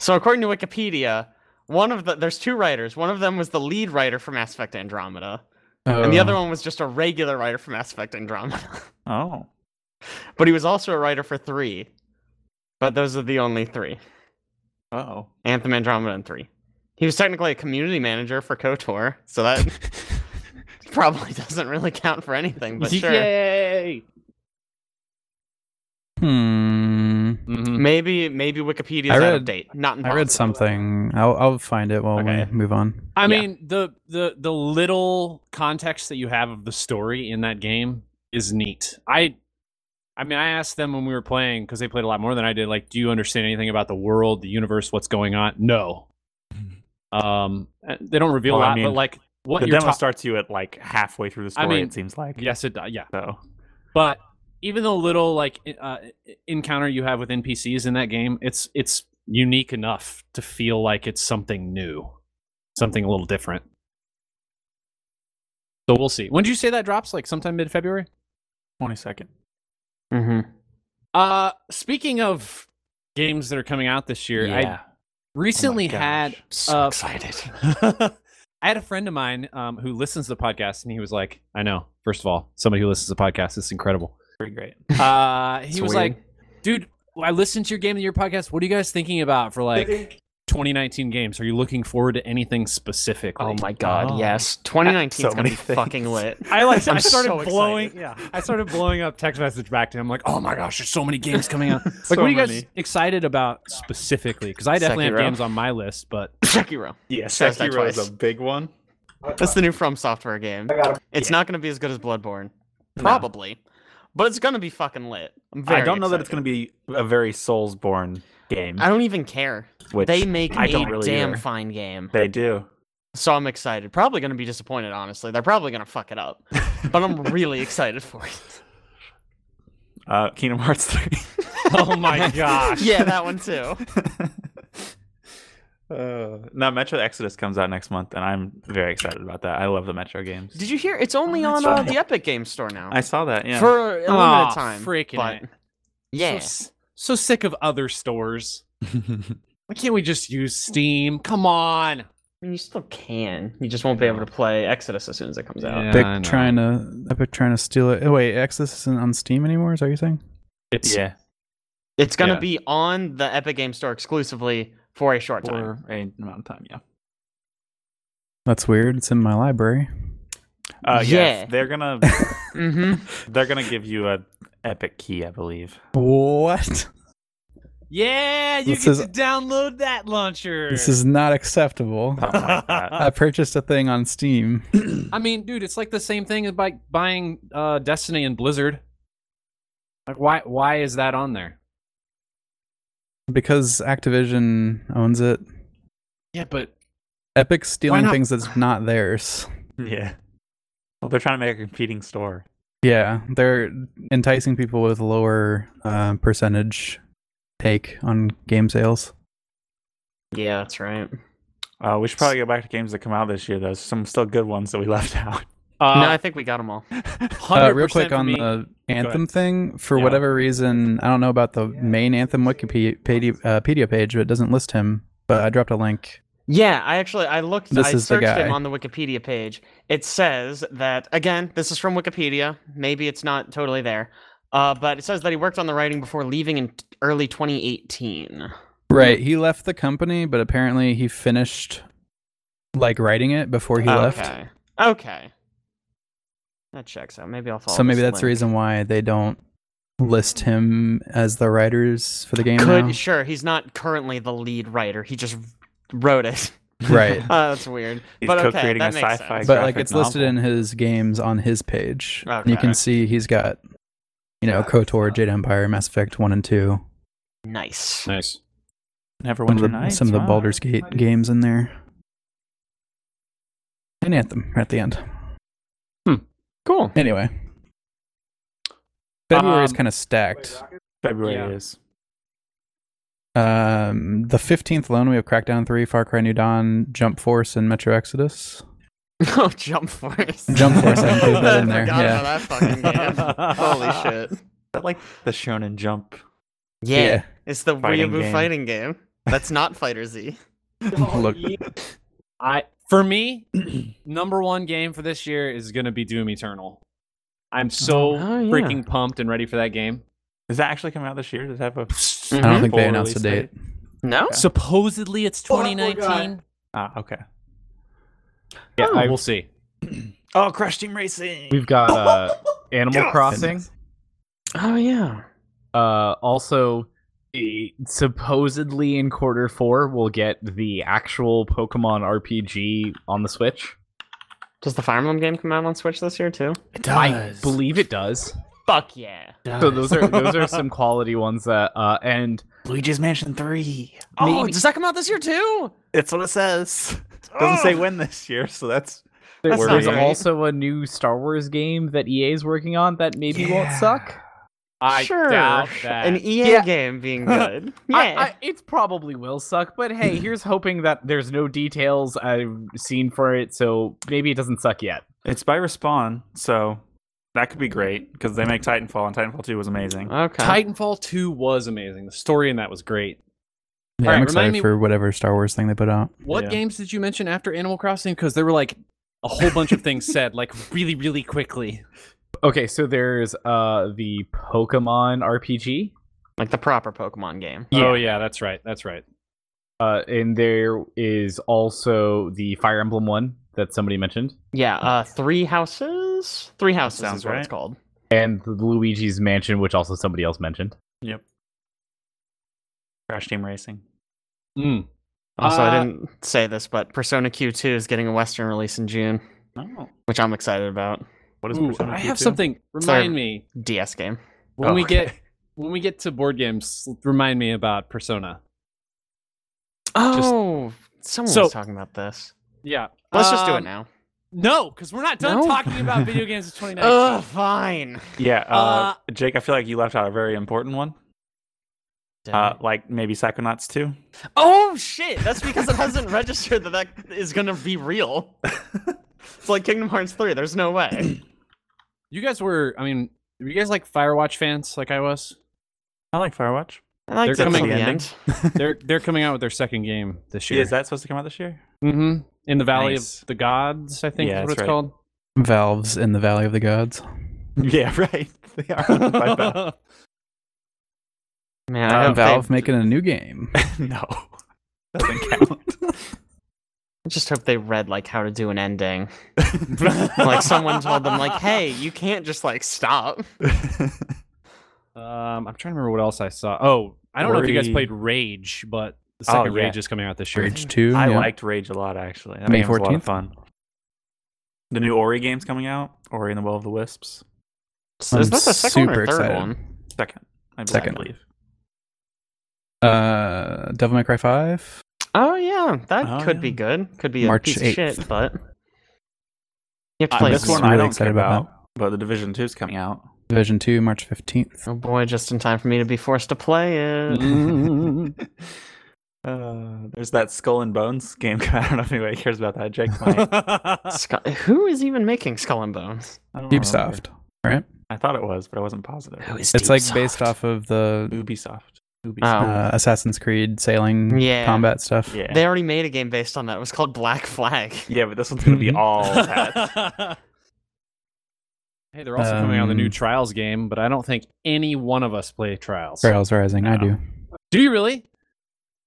Speaker 1: So according to Wikipedia, one of the there's two writers. One of them was the lead writer for Mass Effect Andromeda, and the
Speaker 4: Oh,
Speaker 1: other one was just a regular writer for Mass Effect Andromeda.
Speaker 3: Oh.
Speaker 1: but he was also a writer for three. But those are the only three:
Speaker 3: Oh.
Speaker 1: Anthem, Andromeda, and three. He was technically a community manager for Kotor, so that probably doesn't really count for anything. But sure.
Speaker 2: Yay!
Speaker 4: Hmm.
Speaker 3: Mm-hmm.
Speaker 1: Maybe maybe Wikipedia's
Speaker 4: I
Speaker 1: out
Speaker 4: read-
Speaker 1: of date. Not
Speaker 4: I read
Speaker 1: impossible.
Speaker 4: something. I'll, I'll find it while
Speaker 3: Okay.
Speaker 4: we move on.
Speaker 2: I
Speaker 1: Yeah.
Speaker 2: mean the the the little context that you have of the story in that game is neat. I I mean I asked them when we were playing because they played a lot more than I did. Like, do you understand anything about the world, the universe, what's going on? No. Um, uh, they don't reveal
Speaker 3: Mm-hmm. Well,
Speaker 2: a
Speaker 3: I
Speaker 2: lot, but
Speaker 3: mean,
Speaker 2: like what
Speaker 3: the
Speaker 2: you're
Speaker 3: demo
Speaker 2: ta-
Speaker 3: starts you at like halfway through the
Speaker 2: I
Speaker 3: story.
Speaker 2: mean,
Speaker 3: it seems like.
Speaker 2: Yes, it does. Yeah,
Speaker 3: So.
Speaker 2: but even the little like i- uh, encounter you have with NPCs in that game, it's it's unique enough to feel like it's something new, something a little different. So we'll see. When did you say that drops? Like sometime mid February.
Speaker 3: Twenty second.
Speaker 1: Mm-hmm.
Speaker 2: Uh, speaking of games that are coming out this year,
Speaker 1: Oh
Speaker 2: I recently
Speaker 3: Oh gosh.
Speaker 2: had
Speaker 1: So
Speaker 2: Uh,
Speaker 1: excited.
Speaker 2: I had a friend of mine um, who listens to the podcast, and he was like, "I know. First of all, somebody who listens to the podcast is incredible."
Speaker 3: Pretty great.
Speaker 2: Uh, he
Speaker 1: It's
Speaker 2: was
Speaker 1: weird.
Speaker 2: like, dude, I listened to your game and your podcast. What are you guys thinking about for like 2019 games? Are you looking forward to anything specific?
Speaker 1: "Oh my god,
Speaker 3: Oh.
Speaker 1: yes, 2019
Speaker 3: So
Speaker 1: is gonna be
Speaker 3: many things.
Speaker 1: fucking lit."
Speaker 2: I like.
Speaker 1: I'm
Speaker 2: I started
Speaker 1: so
Speaker 2: blowing. Yeah, I started blowing up text message back to him like, "Oh my gosh, there's so many games coming out." Like,
Speaker 3: So
Speaker 2: what are you guys
Speaker 3: many.
Speaker 2: excited about specifically? Because I definitely have
Speaker 1: Sekiro.
Speaker 2: games on my list, but
Speaker 1: Sekiro.
Speaker 3: Yeah,
Speaker 1: Says that
Speaker 3: Sekiro is
Speaker 1: twice.
Speaker 3: a big one.
Speaker 1: That's the new From Software game. It's not gonna be as good as Bloodborne, probably, but it's gonna be fucking lit. I'm very
Speaker 3: I don't know that it's going to be a very Soulsborne game,
Speaker 1: I don't even care.
Speaker 3: which
Speaker 1: they make
Speaker 3: I
Speaker 1: a
Speaker 3: don't really
Speaker 1: damn
Speaker 3: either.
Speaker 1: fine game.
Speaker 3: they do.
Speaker 1: So I'm excited. Probably gonna be disappointed, honestly. They're probably gonna fuck it up. But I'm really excited for it.
Speaker 3: Uh, Kingdom Hearts three.
Speaker 2: oh my gosh,
Speaker 1: Yeah, that one too.
Speaker 3: Uh, now Metro Exodus comes out next month, and I'm very excited about that. I love the Metro games.
Speaker 1: Did you hear it's only on uh, the Epic Games Store now.
Speaker 3: I saw that. Yeah.
Speaker 1: For a limited
Speaker 2: Aw,
Speaker 1: time.
Speaker 2: freaking
Speaker 1: but-
Speaker 2: it. So
Speaker 1: Yeah.
Speaker 2: s- so sick of other stores. Why can't we just use Steam? Come on.
Speaker 1: I mean, you still can. You just won't be able to play Exodus as soon as it comes out.
Speaker 2: Yeah, I know.
Speaker 4: Epic trying to Epic trying to steal it. Oh, wait, Exodus isn't on Steam anymore. Is that what you're saying?
Speaker 2: It's
Speaker 3: yeah.
Speaker 1: It's gonna
Speaker 3: Yeah.
Speaker 1: be on the Epic Game Store exclusively for a short time.
Speaker 3: For a amount of time. Yeah.
Speaker 4: That's weird. It's in my library.
Speaker 3: Uh,
Speaker 1: Yeah.
Speaker 3: yes, they're gonna
Speaker 1: hmm
Speaker 3: they're gonna give you a epic key, I believe.
Speaker 4: What?
Speaker 2: Yeah, you
Speaker 4: This
Speaker 2: get
Speaker 4: is-
Speaker 2: to download that launcher.
Speaker 4: This is not acceptable.
Speaker 3: Something like that.
Speaker 4: I purchased a thing on Steam.
Speaker 2: I mean, dude, it's like the same thing as like buying uh, Destiny and Blizzard. Like, why? Why is that on there?
Speaker 4: because Activision owns it.
Speaker 2: Yeah, but
Speaker 4: Epic stealing
Speaker 2: not?
Speaker 4: things that's not theirs.
Speaker 3: yeah. Well, they're trying to make a competing store.
Speaker 4: Yeah, they're enticing people with lower uh, percentage take on game sales.
Speaker 1: Yeah, that's right.
Speaker 3: Uh, we should probably go back to games that come out this year, though. Some still good ones that we left out.
Speaker 1: no,
Speaker 2: uh,
Speaker 1: I think we got them all.
Speaker 4: Uh,
Speaker 2: 100%
Speaker 4: real quick
Speaker 2: for
Speaker 4: on
Speaker 2: me-
Speaker 4: the
Speaker 3: Go
Speaker 4: Anthem
Speaker 3: ahead.
Speaker 4: thing, for
Speaker 3: Yeah.
Speaker 4: whatever reason, I don't know about the main Anthem Wikipedia pedia- uh, pedia page, but it doesn't list him. But I dropped a link.
Speaker 1: Yeah, I actually I looked
Speaker 4: This
Speaker 1: I
Speaker 4: is the
Speaker 1: searched
Speaker 4: guy.
Speaker 1: him on the Wikipedia page. It says that again, this is from Wikipedia. Maybe it's not totally there. Uh, but it says that he worked on the writing before leaving in t- early 2018.
Speaker 4: Right. He left the company, but apparently he finished like writing it before he left.
Speaker 1: Okay. Okay. That checks out. Maybe I'll follow.
Speaker 4: So maybe
Speaker 1: this
Speaker 4: that's the
Speaker 1: link.
Speaker 4: reason why they don't list him as the writers for the game
Speaker 1: Could
Speaker 4: now.
Speaker 1: sure he's not currently the lead writer. He just wrote it.
Speaker 4: right.
Speaker 1: Uh, that's weird.
Speaker 3: He's
Speaker 1: but okay,
Speaker 3: co-creating
Speaker 1: that
Speaker 3: a
Speaker 1: makes
Speaker 3: sci-fi
Speaker 1: sense.
Speaker 4: But like
Speaker 3: graphic
Speaker 4: it's listed in his games on his page. And You
Speaker 1: Okay.
Speaker 4: can see he's got you know, KOTOR, Jade Empire, Mass Effect 1 and 2.
Speaker 1: Nice.
Speaker 2: Nice.
Speaker 4: One of
Speaker 3: Neverwinter
Speaker 4: the,
Speaker 3: Nights.
Speaker 4: some of the
Speaker 3: wow.
Speaker 4: Baldur's Gate games in there. And Anthem at the end.
Speaker 1: Cool.
Speaker 4: Anyway. February is
Speaker 2: Um,
Speaker 4: kind of stacked.
Speaker 3: February
Speaker 2: Yeah.
Speaker 3: it is.
Speaker 4: Um, the 15th alone, we have Crackdown 3, Far Cry New Dawn, Jump Force, and Metro Exodus.
Speaker 1: oh, Jump Force.
Speaker 4: Jump Force, I included that in there,
Speaker 1: forgot
Speaker 4: yeah.
Speaker 1: about that fucking game. Holy shit.
Speaker 3: I like the Shonen Jump.
Speaker 1: Yeah. It's the
Speaker 3: Fighting
Speaker 1: Weeaboo
Speaker 3: game.
Speaker 1: fighting game. That's not Fighter Z.
Speaker 4: Look,
Speaker 2: I for me, number one game for this year is gonna be Doom Eternal. I'm so
Speaker 1: Oh, yeah.
Speaker 2: freaking pumped and ready for that game.
Speaker 3: Is that actually coming out this year? Does it have a?
Speaker 4: I don't think
Speaker 3: full
Speaker 4: they announced a
Speaker 3: release
Speaker 4: date.
Speaker 1: No?
Speaker 2: Supposedly it's 2019.
Speaker 3: Ah, okay.
Speaker 5: Yeah,
Speaker 2: I
Speaker 5: I-
Speaker 2: will see.
Speaker 3: Oh, Crash Team Racing.
Speaker 5: We've got uh, Animal Crossing.
Speaker 1: Oh yeah.
Speaker 5: Uh, also, eh, supposedly in quarter four, we'll get the actual Pokemon RPG on the Switch.
Speaker 1: Does the Fire Emblem game come out on Switch this year too?
Speaker 3: It
Speaker 5: I believe it does.
Speaker 1: Fuck yeah.
Speaker 5: So those are those are some quality ones that uh and
Speaker 3: Luigi's Mansion Three.
Speaker 1: Oh, does that come out this year too?
Speaker 3: That's what it says. Doesn't say when this year, so that's
Speaker 5: there's,
Speaker 1: That's
Speaker 5: there's
Speaker 1: not right.
Speaker 5: also a new Star Wars game that EA is working on that maybe won't
Speaker 3: Yeah.
Speaker 5: suck.
Speaker 2: I
Speaker 1: sure.
Speaker 2: doubt that.
Speaker 1: An EA
Speaker 5: Yeah.
Speaker 1: game being good. yeah.
Speaker 5: I, I, it probably will suck, but hey, here's hoping that there's no details I've seen for it, so maybe it doesn't suck yet.
Speaker 3: it's by Respawn, so that could be great because they make Titanfall, and Titanfall Two was amazing.
Speaker 1: okay.
Speaker 2: Titanfall 2 was amazing. The story in that was great.
Speaker 4: Yeah,
Speaker 2: All right,
Speaker 4: I'm
Speaker 2: remind
Speaker 4: excited
Speaker 2: me-
Speaker 4: for whatever Star Wars thing they put out.
Speaker 2: What
Speaker 3: Yeah.
Speaker 2: games did you mention after Animal Crossing? Because there were like a whole bunch of things said, like really, really quickly.
Speaker 5: Okay, so there's uh the Pokemon RPG,
Speaker 1: Like the proper Pokemon game.
Speaker 5: Yeah.
Speaker 2: Oh yeah, that's right. That's right.
Speaker 5: uh, and there is also the Fire Emblem one that somebody mentioned,
Speaker 1: Yeah, uh Three Houses. Three Houses
Speaker 3: sounds
Speaker 1: is what it's
Speaker 3: right.
Speaker 1: called.
Speaker 5: and the Luigi's Mansion, which also somebody else mentioned.
Speaker 3: Crash Team Racing.
Speaker 2: Mm.
Speaker 1: Also, I
Speaker 2: Uh,
Speaker 1: didn't say this, but Persona Q2 is getting a Western release in June,
Speaker 3: Oh,
Speaker 1: which I'm excited about.
Speaker 3: what is
Speaker 2: Ooh,
Speaker 3: Persona
Speaker 2: I
Speaker 3: 2
Speaker 2: have
Speaker 3: too?
Speaker 2: something.
Speaker 1: Sorry.
Speaker 2: Remind me
Speaker 1: DS game.
Speaker 2: when
Speaker 3: Oh,
Speaker 2: we
Speaker 3: okay.
Speaker 2: get when we get to board games. Remind me about Persona.
Speaker 1: Oh, someone
Speaker 2: So-
Speaker 1: was talking about this.
Speaker 2: Yeah,
Speaker 1: Let's just do it now.
Speaker 2: Um, No, because we're not done
Speaker 1: No?
Speaker 2: talking about video games of
Speaker 1: Ugh,
Speaker 2: 2019.
Speaker 1: fine.
Speaker 3: Yeah, uh, Jake, I feel like you left out a very important one. Uh, like maybe Psychonauts Two.
Speaker 1: oh shit! That's because it hasn't registered that that is gonna be real. it's like Kingdom Hearts three. There's no way.
Speaker 2: you guys were. I mean, were you guys like Firewatch fans, like I was?
Speaker 3: I like Firewatch.
Speaker 1: I like
Speaker 2: They're
Speaker 1: till
Speaker 2: coming
Speaker 1: the
Speaker 3: ending.
Speaker 1: end.
Speaker 2: they're they're coming out with their second game this year.
Speaker 3: Is that supposed to come out this year?
Speaker 2: hmm In the Valley
Speaker 3: Nice.
Speaker 2: of the Gods, I think is
Speaker 3: Yeah,
Speaker 2: what
Speaker 3: that's
Speaker 2: it's
Speaker 3: right.
Speaker 2: called.
Speaker 4: Valves in the Valley of the Gods.
Speaker 3: yeah, right. They are. owned by Valve.
Speaker 1: Man, I
Speaker 4: Uh,
Speaker 1: hope they-
Speaker 4: Valve making a new game.
Speaker 3: no, doesn't count.
Speaker 1: I just hope they read like how to do an ending. like someone told them, like, hey, you can't just like stop.
Speaker 2: Um, I'm trying to remember what else I saw. Oh, I don't know if you guys
Speaker 3: Worry.
Speaker 2: played Rage, but the
Speaker 3: Oh,
Speaker 2: second
Speaker 3: yeah.
Speaker 2: Rage is coming out this year.
Speaker 4: Rage 2.
Speaker 3: I
Speaker 4: yeah.
Speaker 3: liked Rage a lot actually. That
Speaker 4: May
Speaker 3: game was a lot of
Speaker 4: 14th?
Speaker 3: fun. The new Ori game's coming out. Ori and the Will of the Wisps.
Speaker 1: So is
Speaker 4: I'm
Speaker 1: that the second one
Speaker 4: super
Speaker 1: or third
Speaker 4: excited.
Speaker 1: one?
Speaker 3: Second, I believe.
Speaker 4: Second.
Speaker 3: I believe.
Speaker 4: uh, Devil May Cry 5.
Speaker 1: Oh yeah, that
Speaker 3: Oh,
Speaker 1: could
Speaker 3: yeah.
Speaker 1: be good. Could be a
Speaker 4: March
Speaker 1: piece of
Speaker 4: 8th.
Speaker 1: shit, but you have to
Speaker 3: Uh,
Speaker 1: play
Speaker 3: this
Speaker 1: some
Speaker 3: one
Speaker 1: smart.
Speaker 3: I
Speaker 4: Really
Speaker 3: don't care
Speaker 4: excited about
Speaker 3: about, but the Division Two is coming out.
Speaker 4: Division 2, March 15th.
Speaker 1: Oh boy, just in time for me to be forced to play it.
Speaker 3: Mm. Uh, there's that Skull and Bones game. I don't know if anybody cares about that. Jake might.
Speaker 2: That's
Speaker 1: Skull- Who is even making Skull and Bones?
Speaker 3: I don't remember.
Speaker 4: Ubisoft.
Speaker 3: I thought it was, but I wasn't positive.
Speaker 1: Who is
Speaker 4: It's like based off of the
Speaker 3: Ubisoft.
Speaker 1: Oh.
Speaker 4: uh, Assassin's Creed sailing
Speaker 1: Yeah.
Speaker 4: combat stuff.
Speaker 3: Yeah.
Speaker 1: They already made a game based on that. It was called Black Flag.
Speaker 3: yeah, but this one's gonna be
Speaker 4: Mhm.
Speaker 3: all hats.
Speaker 2: hey, they're also coming out with a new
Speaker 4: Um,
Speaker 2: Trials game, but I don't think any one of us play Trials.
Speaker 4: Trials Rising, I
Speaker 3: No.
Speaker 4: do.
Speaker 2: Do you really?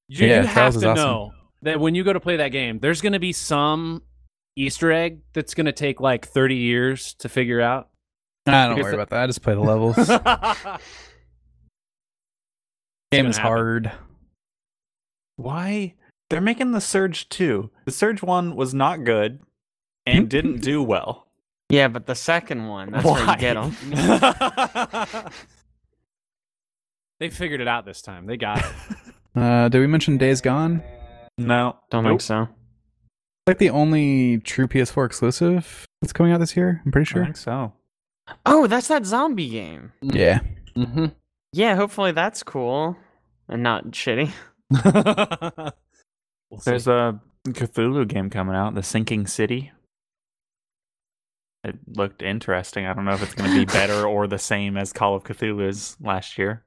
Speaker 2: You,
Speaker 4: Yeah,
Speaker 2: you have
Speaker 4: Trials
Speaker 2: to
Speaker 4: is awesome.
Speaker 2: know that when you go to play that game, there's going to be some Easter egg that's going to take like 30 years to figure out.
Speaker 4: I don't
Speaker 2: Because
Speaker 4: worry
Speaker 2: the-
Speaker 4: about that. I just play the levels. game
Speaker 2: gonna
Speaker 4: is
Speaker 2: happen.
Speaker 4: hard.
Speaker 3: Why? They're making the Surge 2. The Surge 1 was not good
Speaker 4: Hmm?
Speaker 3: and didn't do well.
Speaker 1: Yeah, but the second one, that's where
Speaker 3: Why?
Speaker 1: you get them.
Speaker 2: they figured it out this time. They got it.
Speaker 4: Uh, did we mention Days Gone?
Speaker 3: No.
Speaker 1: Don't think so.
Speaker 4: Like the only true PS4 exclusive that's coming out this year. I'm pretty
Speaker 3: I
Speaker 4: sure.
Speaker 3: think so.
Speaker 1: Oh, that's that zombie game.
Speaker 4: Yeah.
Speaker 2: mm-hmm.
Speaker 1: Yeah, hopefully that's cool and not shitty.
Speaker 2: we'll see.
Speaker 3: There's a Cthulhu game coming out, The Sinking City. It looked interesting. I don't know if it's going to be better or the same as Call of Cthulhu's last year.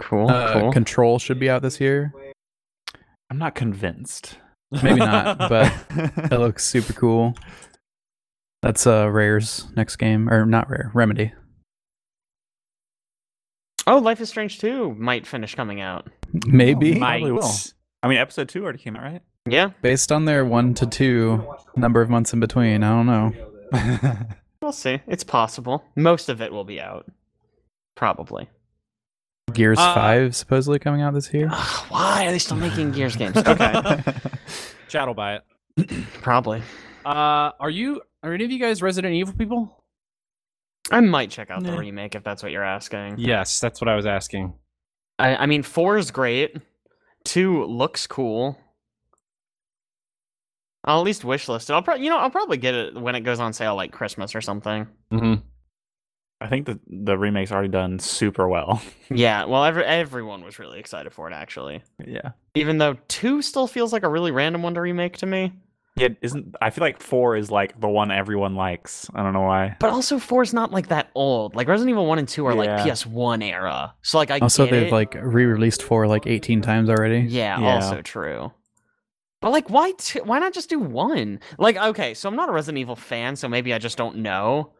Speaker 1: Cool.
Speaker 4: Uh,
Speaker 1: cool.
Speaker 4: Control should be out this year.
Speaker 3: I'm not convinced.
Speaker 4: Maybe not, but it looks super cool. That's uh, Rare's next game, or not Rare, Remedy.
Speaker 1: oh, Life is Strange 2 might finish coming out.
Speaker 4: Maybe
Speaker 3: Might. Probably will. I mean, episode 2 already came out, right?
Speaker 1: Yeah,
Speaker 4: based on their one to two number of months in between. I don't know.
Speaker 1: we'll see. It's possible. Most of it will be out. Probably.
Speaker 4: Gears
Speaker 2: Uh,
Speaker 4: Five supposedly coming out this year.
Speaker 1: Ugh, why are they still making Gears games? Okay.
Speaker 2: Chat will buy it.
Speaker 1: Probably.
Speaker 2: Uh, are you? Are any of you guys Resident Evil people?
Speaker 1: I might check out the
Speaker 3: Nah.
Speaker 1: remake if that's what you're asking.
Speaker 2: Yes, that's what I was asking.
Speaker 1: I, I mean, four is great. Two looks cool. I'll at least wishlist it. I'll probably, you know, I'll probably get it when it goes on sale, like Christmas or something.
Speaker 2: Mm-hmm.
Speaker 3: I think the, the remake's already done super well.
Speaker 1: Yeah. Well, every, everyone was really excited for it, actually.
Speaker 3: Yeah.
Speaker 1: Even though two still feels like a really random one to remake to me,
Speaker 3: Yeah, isn't I feel like 4 is like the one everyone likes. I don't know why.
Speaker 1: but also four is not like that old. Like Resident Evil one and two are
Speaker 3: Yeah.
Speaker 1: like PS one era, so like I
Speaker 4: Also,
Speaker 1: get
Speaker 4: they've
Speaker 1: it.
Speaker 4: like re-released four like 18 times already.
Speaker 1: Yeah,
Speaker 3: Yeah.
Speaker 1: also true. But like, why? T- why not just do one? Like, okay, so I'm not a Resident Evil fan, so maybe I just don't know.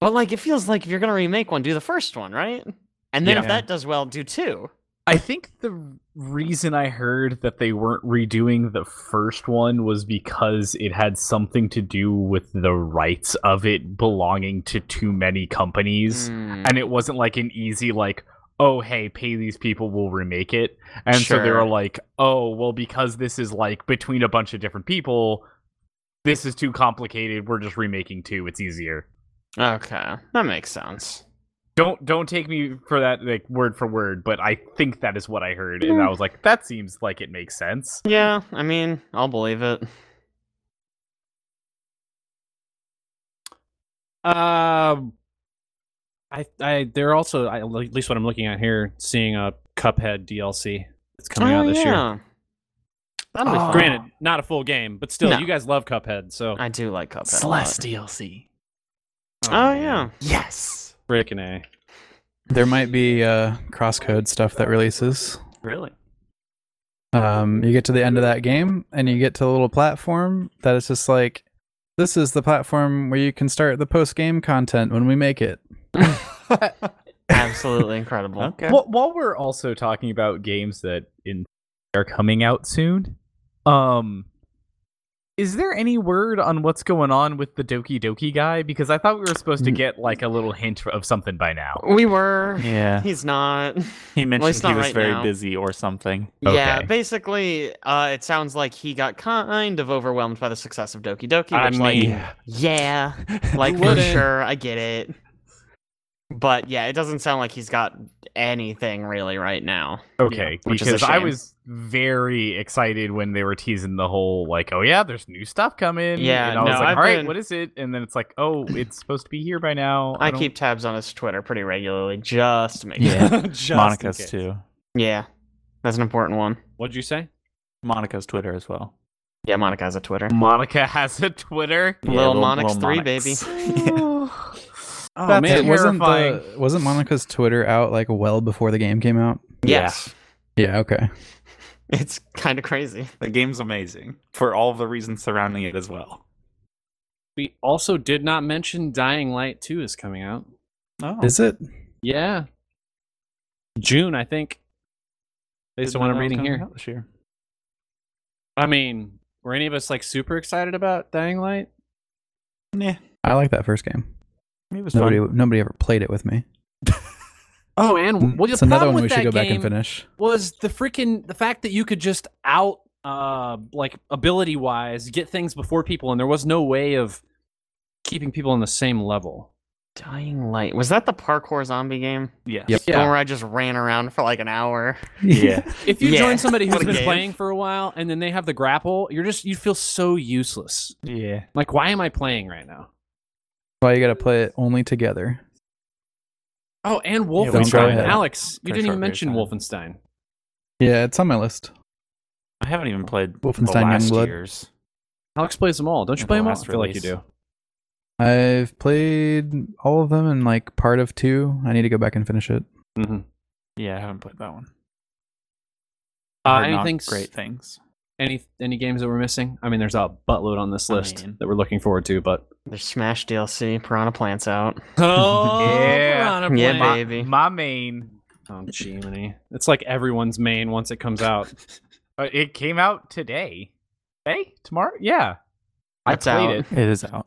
Speaker 1: But like, it feels like if you're gonna remake one, do the first one, right? And then if
Speaker 3: Yeah.
Speaker 1: that does well, do two.
Speaker 5: I think the reason I heard that they weren't redoing the first one was because it had something to do with the rights of it belonging to too many companies.
Speaker 1: Mm,
Speaker 5: And it wasn't like an easy, like, oh, hey, pay these people, we'll remake it. And so they
Speaker 1: Sure.
Speaker 5: were like, oh, well, because this is like between a bunch of different people, this is too complicated. We're just remaking two. It's easier.
Speaker 1: okay, that makes sense.
Speaker 5: don't don't take me for that like word for word, but I think that is what I heard, and I was like, that seems like it makes sense.
Speaker 1: Yeah, I mean, I'll believe it.
Speaker 2: Um, I, I, they're also I, at least what I'm looking at here, seeing a Cuphead DLC that's coming out
Speaker 1: Oh,
Speaker 2: this year.
Speaker 1: yeah. That'll be fun.
Speaker 2: Granted, not a full game, but still,
Speaker 1: No.
Speaker 2: you guys love Cuphead, so
Speaker 1: I do like Cuphead. a lot.
Speaker 3: Celeste DLC.
Speaker 1: Oh yeah.
Speaker 3: Yes.
Speaker 2: frickin' Um, a.
Speaker 4: There might be uh, cross-code stuff that releases.
Speaker 3: Really?
Speaker 4: Um, you get to the end of that game, and you get to the little platform that is just like, this is the platform where you can start the post-game content when we make it.
Speaker 1: Absolutely incredible.
Speaker 3: Okay.
Speaker 5: While, while we're also talking about games that in are coming out soon, um, is there any word on what's going on with the Doki Doki guy? Because I thought we were supposed to get like a little hint of something by now.
Speaker 1: We were.
Speaker 3: yeah.
Speaker 1: He's not.
Speaker 3: He mentioned
Speaker 1: it's
Speaker 3: he
Speaker 1: not
Speaker 3: was
Speaker 1: right
Speaker 3: very
Speaker 1: now.
Speaker 3: busy or something.
Speaker 1: Yeah,
Speaker 5: Okay.
Speaker 1: basically, uh, it sounds like he got kind of overwhelmed by the success of Doki Doki. Which,
Speaker 2: I
Speaker 1: like,
Speaker 2: mean,
Speaker 1: yeah, like for
Speaker 2: wouldn't?
Speaker 1: sure, I get it. But yeah, it doesn't sound like he's got anything really right now.
Speaker 5: Okay,
Speaker 1: which is a
Speaker 5: because I
Speaker 1: shame.
Speaker 5: was very excited when they were teasing the whole like, oh yeah, there's new stuff coming.
Speaker 1: Yeah,
Speaker 5: and I was
Speaker 1: no,
Speaker 5: like,
Speaker 1: I've
Speaker 5: all right,
Speaker 1: been-
Speaker 5: what is it? And then it's like, oh, it's supposed to be here by now.
Speaker 1: I,
Speaker 5: don't-
Speaker 1: keep tabs on his Twitter pretty regularly just to make sure.
Speaker 3: Yeah.
Speaker 2: Just in
Speaker 3: Monica's
Speaker 2: case.
Speaker 3: too.
Speaker 1: Yeah, that's an important one.
Speaker 2: What'd you say?
Speaker 3: Monica's Twitter as well.
Speaker 1: Yeah, Monica has a Twitter.
Speaker 5: Monica has a Twitter.
Speaker 1: Lil Monix three,
Speaker 3: baby.
Speaker 5: Oh.
Speaker 2: Oh
Speaker 5: That's
Speaker 2: man,
Speaker 5: it.
Speaker 4: wasn't
Speaker 5: terrifying.
Speaker 4: the, wasn't Monica's Twitter out like well before the game came out?
Speaker 3: Yeah.
Speaker 1: Yes.
Speaker 4: Yeah, okay.
Speaker 1: It's kind of crazy.
Speaker 3: The game's amazing for all the reasons surrounding it as well.
Speaker 2: we also did not mention Dying Light 2 is coming out.
Speaker 3: Oh,
Speaker 4: Is it?
Speaker 2: Yeah. June, I think. Based on what I'm reading here.
Speaker 3: this year.
Speaker 2: I mean, were any of us like super excited about Dying Light?
Speaker 3: Yeah,
Speaker 4: I like that first game.
Speaker 3: it was
Speaker 4: Nobody
Speaker 3: fun.
Speaker 4: nobody ever played it with me.
Speaker 2: Oh, and well, the
Speaker 4: Mm, it's another
Speaker 2: problem
Speaker 4: one we
Speaker 2: with
Speaker 4: should go
Speaker 2: that
Speaker 4: back and
Speaker 2: game
Speaker 4: finish.
Speaker 2: Was the freaking the fact that you could just out uh like ability wise get things before people, and there was no way of keeping people on the same level.
Speaker 1: Dying Light. Was that the parkour zombie game?
Speaker 3: Yeah.
Speaker 4: Yep.
Speaker 1: The one where I just ran around for like an hour.
Speaker 3: Yeah.
Speaker 2: If you
Speaker 1: Yeah.
Speaker 2: join somebody who's
Speaker 1: What a
Speaker 2: been
Speaker 1: game.
Speaker 2: playing for a while and then they have the grapple, you're just you feel so useless.
Speaker 3: yeah.
Speaker 2: Like, why am I playing right now?
Speaker 4: Why you gotta play it only together.
Speaker 2: Oh, and
Speaker 3: Yeah, we
Speaker 4: tried
Speaker 2: Wolfenstein.
Speaker 4: that.
Speaker 2: Alex, you
Speaker 3: For a
Speaker 2: didn't
Speaker 3: short
Speaker 2: even mention
Speaker 3: period
Speaker 2: Wolfenstein.
Speaker 4: Yeah, it's on my list.
Speaker 3: I haven't even played the
Speaker 4: Wolfenstein
Speaker 3: last
Speaker 4: Youngblood.
Speaker 3: years.
Speaker 2: Alex plays them all. Don't you
Speaker 3: Yeah,
Speaker 2: play
Speaker 3: the
Speaker 2: them all? I
Speaker 3: last
Speaker 2: feel like you
Speaker 3: release.
Speaker 2: do.
Speaker 4: I've played all of them and like part of two. I need to go back and finish it.
Speaker 2: Mm-hmm.
Speaker 3: Yeah, I haven't played that one.
Speaker 2: Uh,
Speaker 3: Heard not
Speaker 2: anything s-
Speaker 3: great things.
Speaker 2: Any any games that we're missing? I mean, there's a buttload on this
Speaker 3: I
Speaker 2: list
Speaker 3: mean-
Speaker 2: that we're looking forward to, but
Speaker 1: There's Smash DLC, Piranha Plants out.
Speaker 2: oh,
Speaker 5: Yeah.
Speaker 2: Piranha
Speaker 1: Yeah,
Speaker 2: Plant.
Speaker 1: baby.
Speaker 5: My main.
Speaker 2: Oh, Jiminy. It's like everyone's main once it comes out.
Speaker 5: Uh, it came out today. Hey, tomorrow? Yeah.
Speaker 1: That's
Speaker 5: I played
Speaker 1: out.
Speaker 5: it.
Speaker 3: It is out.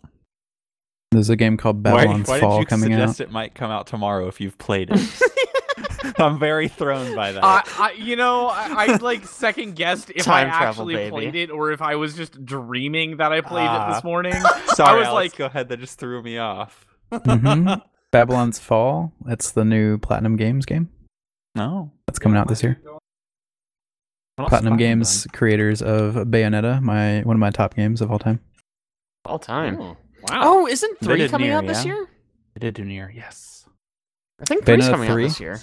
Speaker 4: There's a game called
Speaker 3: Why,
Speaker 4: Babylon's
Speaker 3: why did
Speaker 4: Fall
Speaker 3: you
Speaker 4: coming out.
Speaker 3: suggest it might come out tomorrow if you've played it? I'm very thrown by that.
Speaker 5: I, I, you know, I, I like second guessed if I
Speaker 1: Time travel,
Speaker 5: actually
Speaker 1: baby.
Speaker 5: played it or if I was just dreaming that I played it
Speaker 3: Ah.
Speaker 5: this morning.
Speaker 3: Sorry,
Speaker 5: I was
Speaker 3: Alex,
Speaker 5: like-
Speaker 3: go ahead. That just threw me off.
Speaker 4: Mhm. Babylon's Fall. That's the new Platinum Games game
Speaker 3: No.
Speaker 4: that's coming out this year.
Speaker 3: What else
Speaker 4: Platinum
Speaker 3: has
Speaker 4: Games creators of Bayonetta, my one of my top games of all time.
Speaker 1: All time.
Speaker 2: Oh, wow.
Speaker 1: Oh, isn't
Speaker 3: They
Speaker 1: three
Speaker 3: did
Speaker 1: coming
Speaker 3: Nier,
Speaker 1: out this
Speaker 3: yeah?
Speaker 1: year?
Speaker 3: It did do near. Yes.
Speaker 1: I think
Speaker 4: Bayonetta
Speaker 1: three's coming
Speaker 4: three?
Speaker 1: out this year.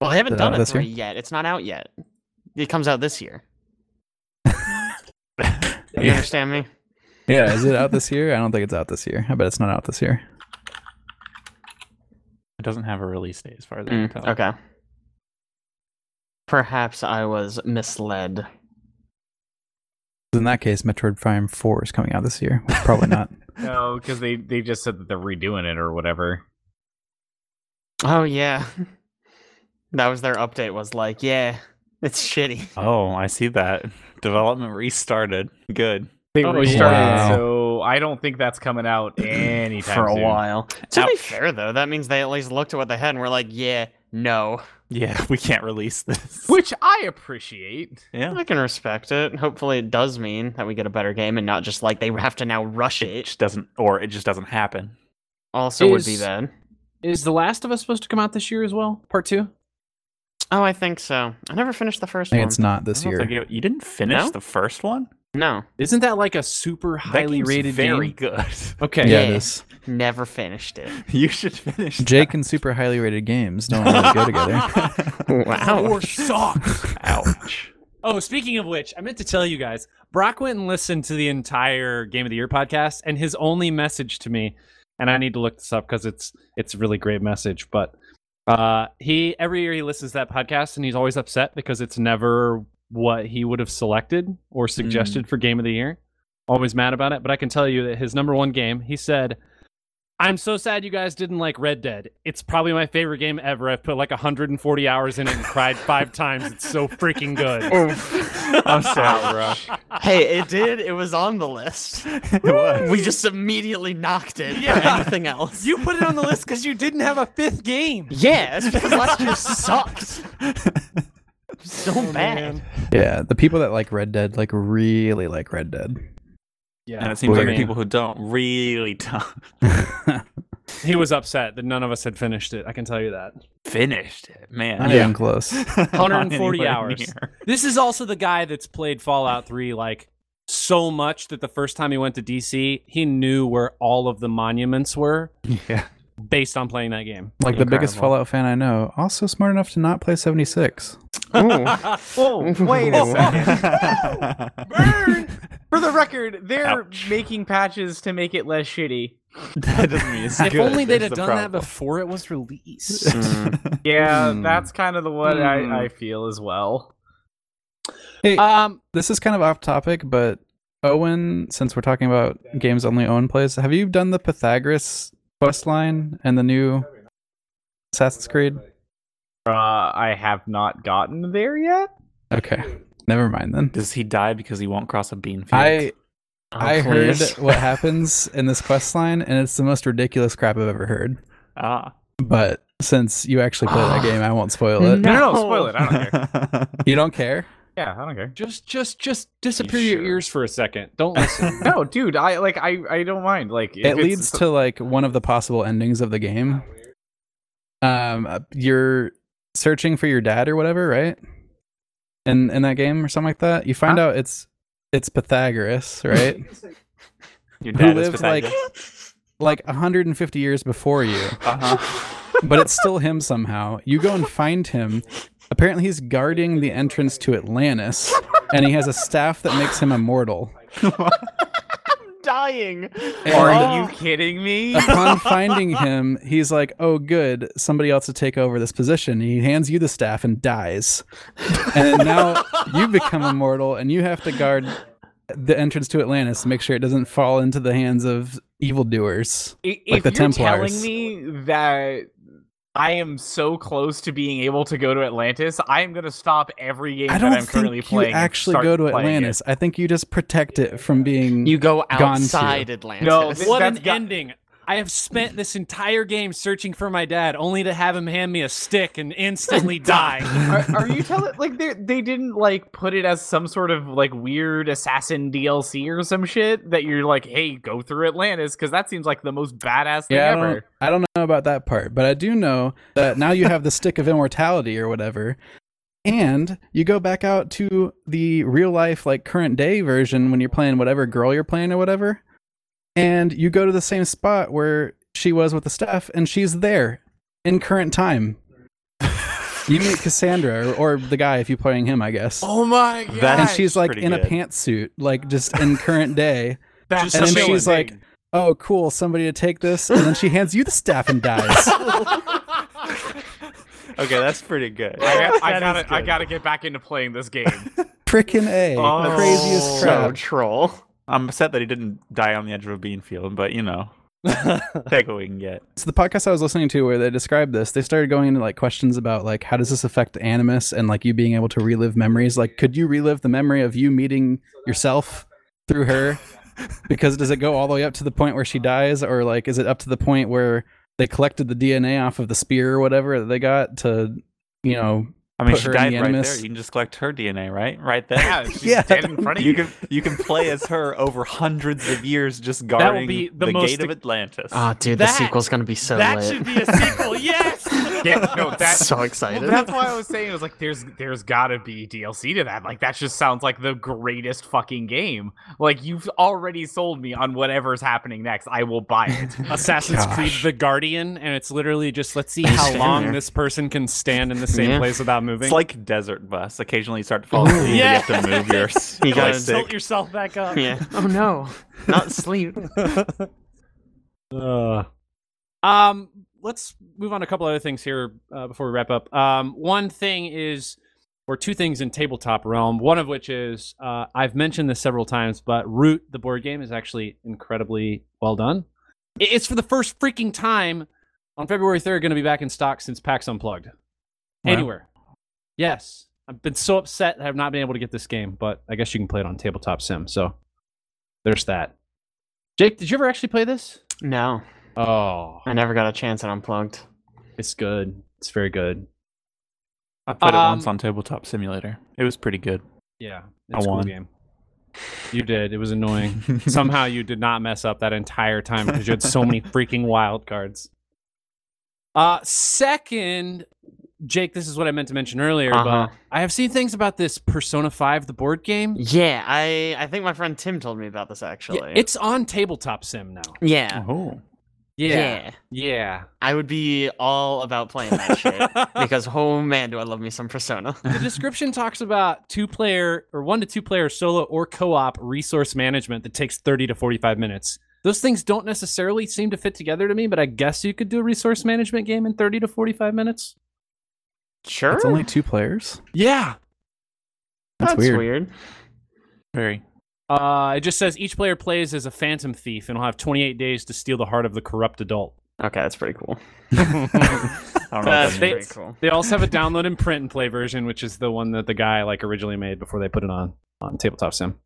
Speaker 1: Well, they haven't
Speaker 4: Is it
Speaker 1: done
Speaker 4: out
Speaker 1: a
Speaker 4: this year?
Speaker 1: three yet. It's not out yet. It comes out this year. You
Speaker 4: Yeah.
Speaker 1: understand me?
Speaker 4: Yeah, is it out this year? I don't think it's out this year. I bet it's not out this year.
Speaker 3: It doesn't have a release date as far as I can
Speaker 1: Mm,
Speaker 3: tell.
Speaker 1: okay. Perhaps I was misled.
Speaker 4: In that case, Metroid Prime 4 is coming out this year. Well, Probably not.
Speaker 5: No, because they, they just said that they're redoing it or whatever.
Speaker 1: Oh yeah. That was their update was like, yeah, it's shitty.
Speaker 3: Oh, I see that. Development restarted. Good.
Speaker 5: They
Speaker 2: Oh,
Speaker 5: restarted,
Speaker 4: yeah.
Speaker 5: it, so I don't think that's coming out anytime
Speaker 1: for a
Speaker 5: soon.
Speaker 1: while. To be
Speaker 3: Ouch.
Speaker 1: fair though, that means they at least looked at what they had and were like, yeah, no.
Speaker 3: Yeah, we can't release this.
Speaker 5: Which I appreciate.
Speaker 3: yeah.
Speaker 1: I can respect it. Hopefully it does mean that we get a better game and not just like they have to now rush
Speaker 3: It
Speaker 1: it.
Speaker 3: just doesn't, or it just doesn't happen.
Speaker 1: Also would be
Speaker 2: Is-
Speaker 1: bad.
Speaker 2: Is The Last of Us supposed to come out this year as well? Part two?
Speaker 1: Oh, I think so. I never finished the
Speaker 4: I
Speaker 1: first
Speaker 4: think
Speaker 1: one.
Speaker 4: it's not this
Speaker 3: I don't
Speaker 4: year.
Speaker 3: think it- you didn't finish
Speaker 1: No?
Speaker 3: the first one.
Speaker 1: No.
Speaker 2: Isn't that like a super
Speaker 3: That
Speaker 2: highly
Speaker 3: game's
Speaker 2: rated
Speaker 3: very
Speaker 2: game?
Speaker 3: good.
Speaker 4: Yeah,
Speaker 2: Okay.
Speaker 4: it
Speaker 1: Yeah.
Speaker 4: is.
Speaker 1: Never finished it.
Speaker 3: you should finish.
Speaker 4: Jake and super highly rated games don't really go together.
Speaker 2: That
Speaker 1: Wow.
Speaker 2: war sucks.
Speaker 3: Ouch.
Speaker 2: Oh, speaking of which, I meant to tell you guys, Brock went and listened to the entire Game of the Year podcast, and his only message to me, and I need to look this up because it's it's a really great message, but uh he every year he listens to that podcast and he's always upset because it's never what he would have selected or suggested for Game of the Year. Always mad about it, but I can tell you that his number one game, he said I'm so sad you guys didn't like Red Dead. It's probably my favorite game ever. I've put like 140 hours in it and cried five times. It's so freaking good.
Speaker 3: I'm sorry, Rush.
Speaker 1: hey, it did. It was on the list.
Speaker 3: It was.
Speaker 1: We just immediately knocked it for
Speaker 2: Yeah.
Speaker 1: anything else.
Speaker 2: You put it on the list because you didn't have a fifth game.
Speaker 1: Yeah, it's because last year sucked. So
Speaker 2: Oh,
Speaker 1: bad.
Speaker 4: Yeah, the people that like Red Dead like really like Red Dead.
Speaker 3: And
Speaker 2: Yeah,
Speaker 3: it seems like
Speaker 4: Weird.
Speaker 3: the people who don't really don't
Speaker 2: he was upset that none of us had finished it. I can tell you that.
Speaker 3: finished it, man.
Speaker 4: Not even close.
Speaker 3: Not
Speaker 2: 140
Speaker 3: anywhere
Speaker 2: hours.
Speaker 3: near.
Speaker 2: This is also the guy that's played Fallout 3 like so much that the first time he went to DC, he knew where all of the monuments were.
Speaker 3: Yeah.
Speaker 2: based on playing that game.
Speaker 4: Like the biggest
Speaker 1: Incredible.
Speaker 4: Fallout fan I know, also smart enough to not play 76.
Speaker 1: Ooh.
Speaker 5: Whoa, wait a
Speaker 1: Whoa.
Speaker 5: second. Burn! Oh, For the record, they're making patches to make it less shitty.
Speaker 3: that doesn't mean it's
Speaker 2: If
Speaker 3: good.
Speaker 2: only they'd have
Speaker 3: That's the
Speaker 2: done that
Speaker 3: problem.
Speaker 2: before it was released.
Speaker 5: Yeah,
Speaker 3: Hmm.
Speaker 5: that's kind of the what
Speaker 3: Hmm.
Speaker 5: I, I feel as well.
Speaker 4: Hey,
Speaker 2: um,
Speaker 4: this is kind of off topic, but Owen, since we're talking about games only Owen plays, have you done the Pythagoras quest line and the new Assassin's Creed?
Speaker 5: Uh, I have not gotten there yet.
Speaker 4: Okay, never mind then.
Speaker 3: Does he die because he won't cross a bean field?
Speaker 4: I I heard
Speaker 1: please.
Speaker 4: what happens in this quest line, and it's the most ridiculous crap I've ever heard.
Speaker 3: ah.
Speaker 4: But since you actually play that game, I won't spoil it.
Speaker 5: No, no,
Speaker 1: No.
Speaker 5: spoil it. I don't care.
Speaker 4: You don't care?
Speaker 5: Yeah, I don't care.
Speaker 2: just, just, just disappear
Speaker 3: sure?
Speaker 2: your ears for a second. Don't listen.
Speaker 5: No, dude, I like I I don't mind. Like if
Speaker 4: it
Speaker 5: it's-
Speaker 4: leads to like one of the possible endings of the game. Um, uh, you're searching for your dad or whatever, right? In in that game or something like that, you find out it's it's Pythagoras, right?
Speaker 3: Your
Speaker 4: Who
Speaker 3: dad is
Speaker 4: lived like
Speaker 3: Pythagoras.
Speaker 4: like 150 years before you,
Speaker 3: uh-huh.
Speaker 4: but it's still him somehow. You go and find him. Apparently, he's guarding the entrance to Atlantis, and he has a staff that makes him immortal.
Speaker 1: dying.
Speaker 4: Are
Speaker 5: Are you kidding me?
Speaker 4: upon finding him, he's like, "Oh, good, somebody else to take over this position." He hands you the staff and dies, and now you become immortal, and you have to guard the entrance to Atlantis to make sure it doesn't fall into the hands of evildoers.
Speaker 5: I-
Speaker 4: Like
Speaker 5: if
Speaker 4: the
Speaker 5: you're
Speaker 4: Templars.
Speaker 5: telling me that I am so close to being able to go to Atlantis, I am going to stop every game
Speaker 4: I
Speaker 5: that I'm
Speaker 4: don't
Speaker 5: currently
Speaker 4: think you
Speaker 5: playing. and
Speaker 4: actually
Speaker 5: start
Speaker 4: go to
Speaker 5: playing it.
Speaker 4: Atlantis. I think you just protect it from being.
Speaker 1: You go
Speaker 4: to.
Speaker 1: outside Atlantis.
Speaker 5: No, this-
Speaker 2: what
Speaker 5: That's
Speaker 2: an
Speaker 5: got-
Speaker 2: ending. I have spent this entire game searching for my dad, only to have him hand me a stick and instantly die.
Speaker 5: Are, are you telling like they they didn't like put it as some sort of like weird assassin DLC or some shit that you're like, hey, go through Atlantis because that seems like the most badass thing
Speaker 4: yeah, I don't,
Speaker 5: ever.
Speaker 4: I don't know about that part, but I do know that now you have the stick of immortality or whatever, and you go back out to the real life, like current day version when you're playing whatever girl you're playing or whatever, and you go to the same spot where she was with the staff, and she's there in current time. you meet Cassandra or, or the guy if you're playing him, I guess.
Speaker 5: Oh my
Speaker 4: and
Speaker 3: That's
Speaker 4: she's like
Speaker 3: pretty
Speaker 4: in a
Speaker 3: good.
Speaker 4: pantsuit, like just in current day.
Speaker 5: That's
Speaker 4: and then
Speaker 5: amazing.
Speaker 4: she's like, "Oh, cool, somebody to take this," and then she hands you the staff and dies.
Speaker 3: okay, that's pretty good.
Speaker 5: I, got- I
Speaker 3: That is
Speaker 5: gotta, I
Speaker 3: good.
Speaker 5: gotta get back into playing this game.
Speaker 4: Frickin' a,
Speaker 5: Oh.
Speaker 4: craziest
Speaker 1: so
Speaker 4: crap.
Speaker 1: troll.
Speaker 3: I'm upset that he didn't die on the edge of a bean field, but you know, take what we can get.
Speaker 4: So the podcast I was listening to where they described this, they started going into like questions about like how does this affect animus and like you being able to relive memories. Like, could you relive the memory of you meeting yourself through her? Because does it go all the way up to the point where she dies, or like is it up to the point where they collected the DNA off of the spear or whatever that they got to, you know,
Speaker 3: I mean,
Speaker 4: Put
Speaker 3: she
Speaker 4: her in the
Speaker 3: died right there.
Speaker 4: animus.
Speaker 3: You can just collect her DNA, right? Right there.
Speaker 5: Yeah, she's
Speaker 4: Yeah.
Speaker 5: dead in front of
Speaker 3: You
Speaker 5: you.
Speaker 3: can you can play as her over hundreds of years, just guarding
Speaker 2: be the
Speaker 3: the,
Speaker 2: most-
Speaker 4: e-,
Speaker 3: gate of Atlantis.
Speaker 4: Ah,
Speaker 1: Oh, dude,
Speaker 2: That-
Speaker 1: the sequel's gonna be so
Speaker 2: that
Speaker 1: lit.
Speaker 2: should be a sequel. Yes.
Speaker 5: Yeah, no, that.
Speaker 1: so
Speaker 5: Well,
Speaker 1: excited.
Speaker 5: that's why I was saying it was like there's there's gotta be DLC to that. Like that just sounds like the greatest fucking game. Like you've already sold me on whatever's happening next. I will buy it.
Speaker 2: Assassin's
Speaker 4: Gosh.
Speaker 2: Creed The Guardian, and it's literally just let's see
Speaker 1: Just
Speaker 2: how
Speaker 1: stand
Speaker 2: long
Speaker 1: there.
Speaker 2: this person can stand in the same
Speaker 1: Yeah.
Speaker 2: place without moving.
Speaker 3: it's like Desert Bus. Occasionally, you start to fall asleep.
Speaker 2: Yeah.
Speaker 3: You have to move your.
Speaker 1: You gotta
Speaker 3: joystick.
Speaker 2: tilt yourself back up.
Speaker 1: yeah. Oh no, not sleep.
Speaker 2: Um, let's move on to a couple other things here uh, before we wrap up. Um, one thing is, or two things in tabletop realm. One of which is uh, I've mentioned this several times, but Root, the board game, is actually incredibly well done. I- It's for the first freaking time on February third going to be back in stock since PAX Unplugged.
Speaker 4: Wow.
Speaker 2: Anywhere, yes. I've been so upset that I've not been able to get this game, but I guess you can play it on Tabletop Sim. So there's that. Jake, did you ever actually play this?
Speaker 1: No,
Speaker 2: Oh,
Speaker 1: I never got a chance at unplugged.
Speaker 2: it's good. It's very good.
Speaker 3: I put it
Speaker 2: Um,
Speaker 3: once on Tabletop Simulator. It was pretty good.
Speaker 2: Yeah,
Speaker 3: I
Speaker 2: it's a cool
Speaker 3: won.
Speaker 2: game. You did. It was annoying. Somehow you did not mess up that entire time because you had so many freaking wild cards. Uh, second, Jake, this is what I meant to mention earlier,
Speaker 1: Uh-huh.
Speaker 2: but I have seen things about this Persona 5, the board game. Yeah,
Speaker 1: Yeah, I I think my friend Tim told me about this actually.
Speaker 2: it's on Tabletop Sim now.
Speaker 1: yeah.
Speaker 3: Oh,
Speaker 1: yeah.
Speaker 2: Yeah.
Speaker 1: I would be all about playing that shit because oh man, do I love me some Persona.
Speaker 2: the description talks about two player or one to two player solo or co-op resource management that takes 30 to 45 minutes those things don't necessarily seem to fit together to me but i guess you could do a resource management game in 30 to 45 minutes
Speaker 1: Sure.
Speaker 4: It's only two players.
Speaker 2: yeah
Speaker 4: That's, weird.
Speaker 3: Very.
Speaker 2: uh, it just says each player plays as a phantom thief and will have 28 days to steal the heart of the corrupt adult
Speaker 1: Okay, that's pretty cool.
Speaker 3: I don't know.
Speaker 2: Uh,
Speaker 3: what
Speaker 1: That's
Speaker 3: that
Speaker 2: they-
Speaker 1: pretty cool.
Speaker 2: they also have a download and print and play version which is the one that the guy like originally made before they put it on on tabletop sim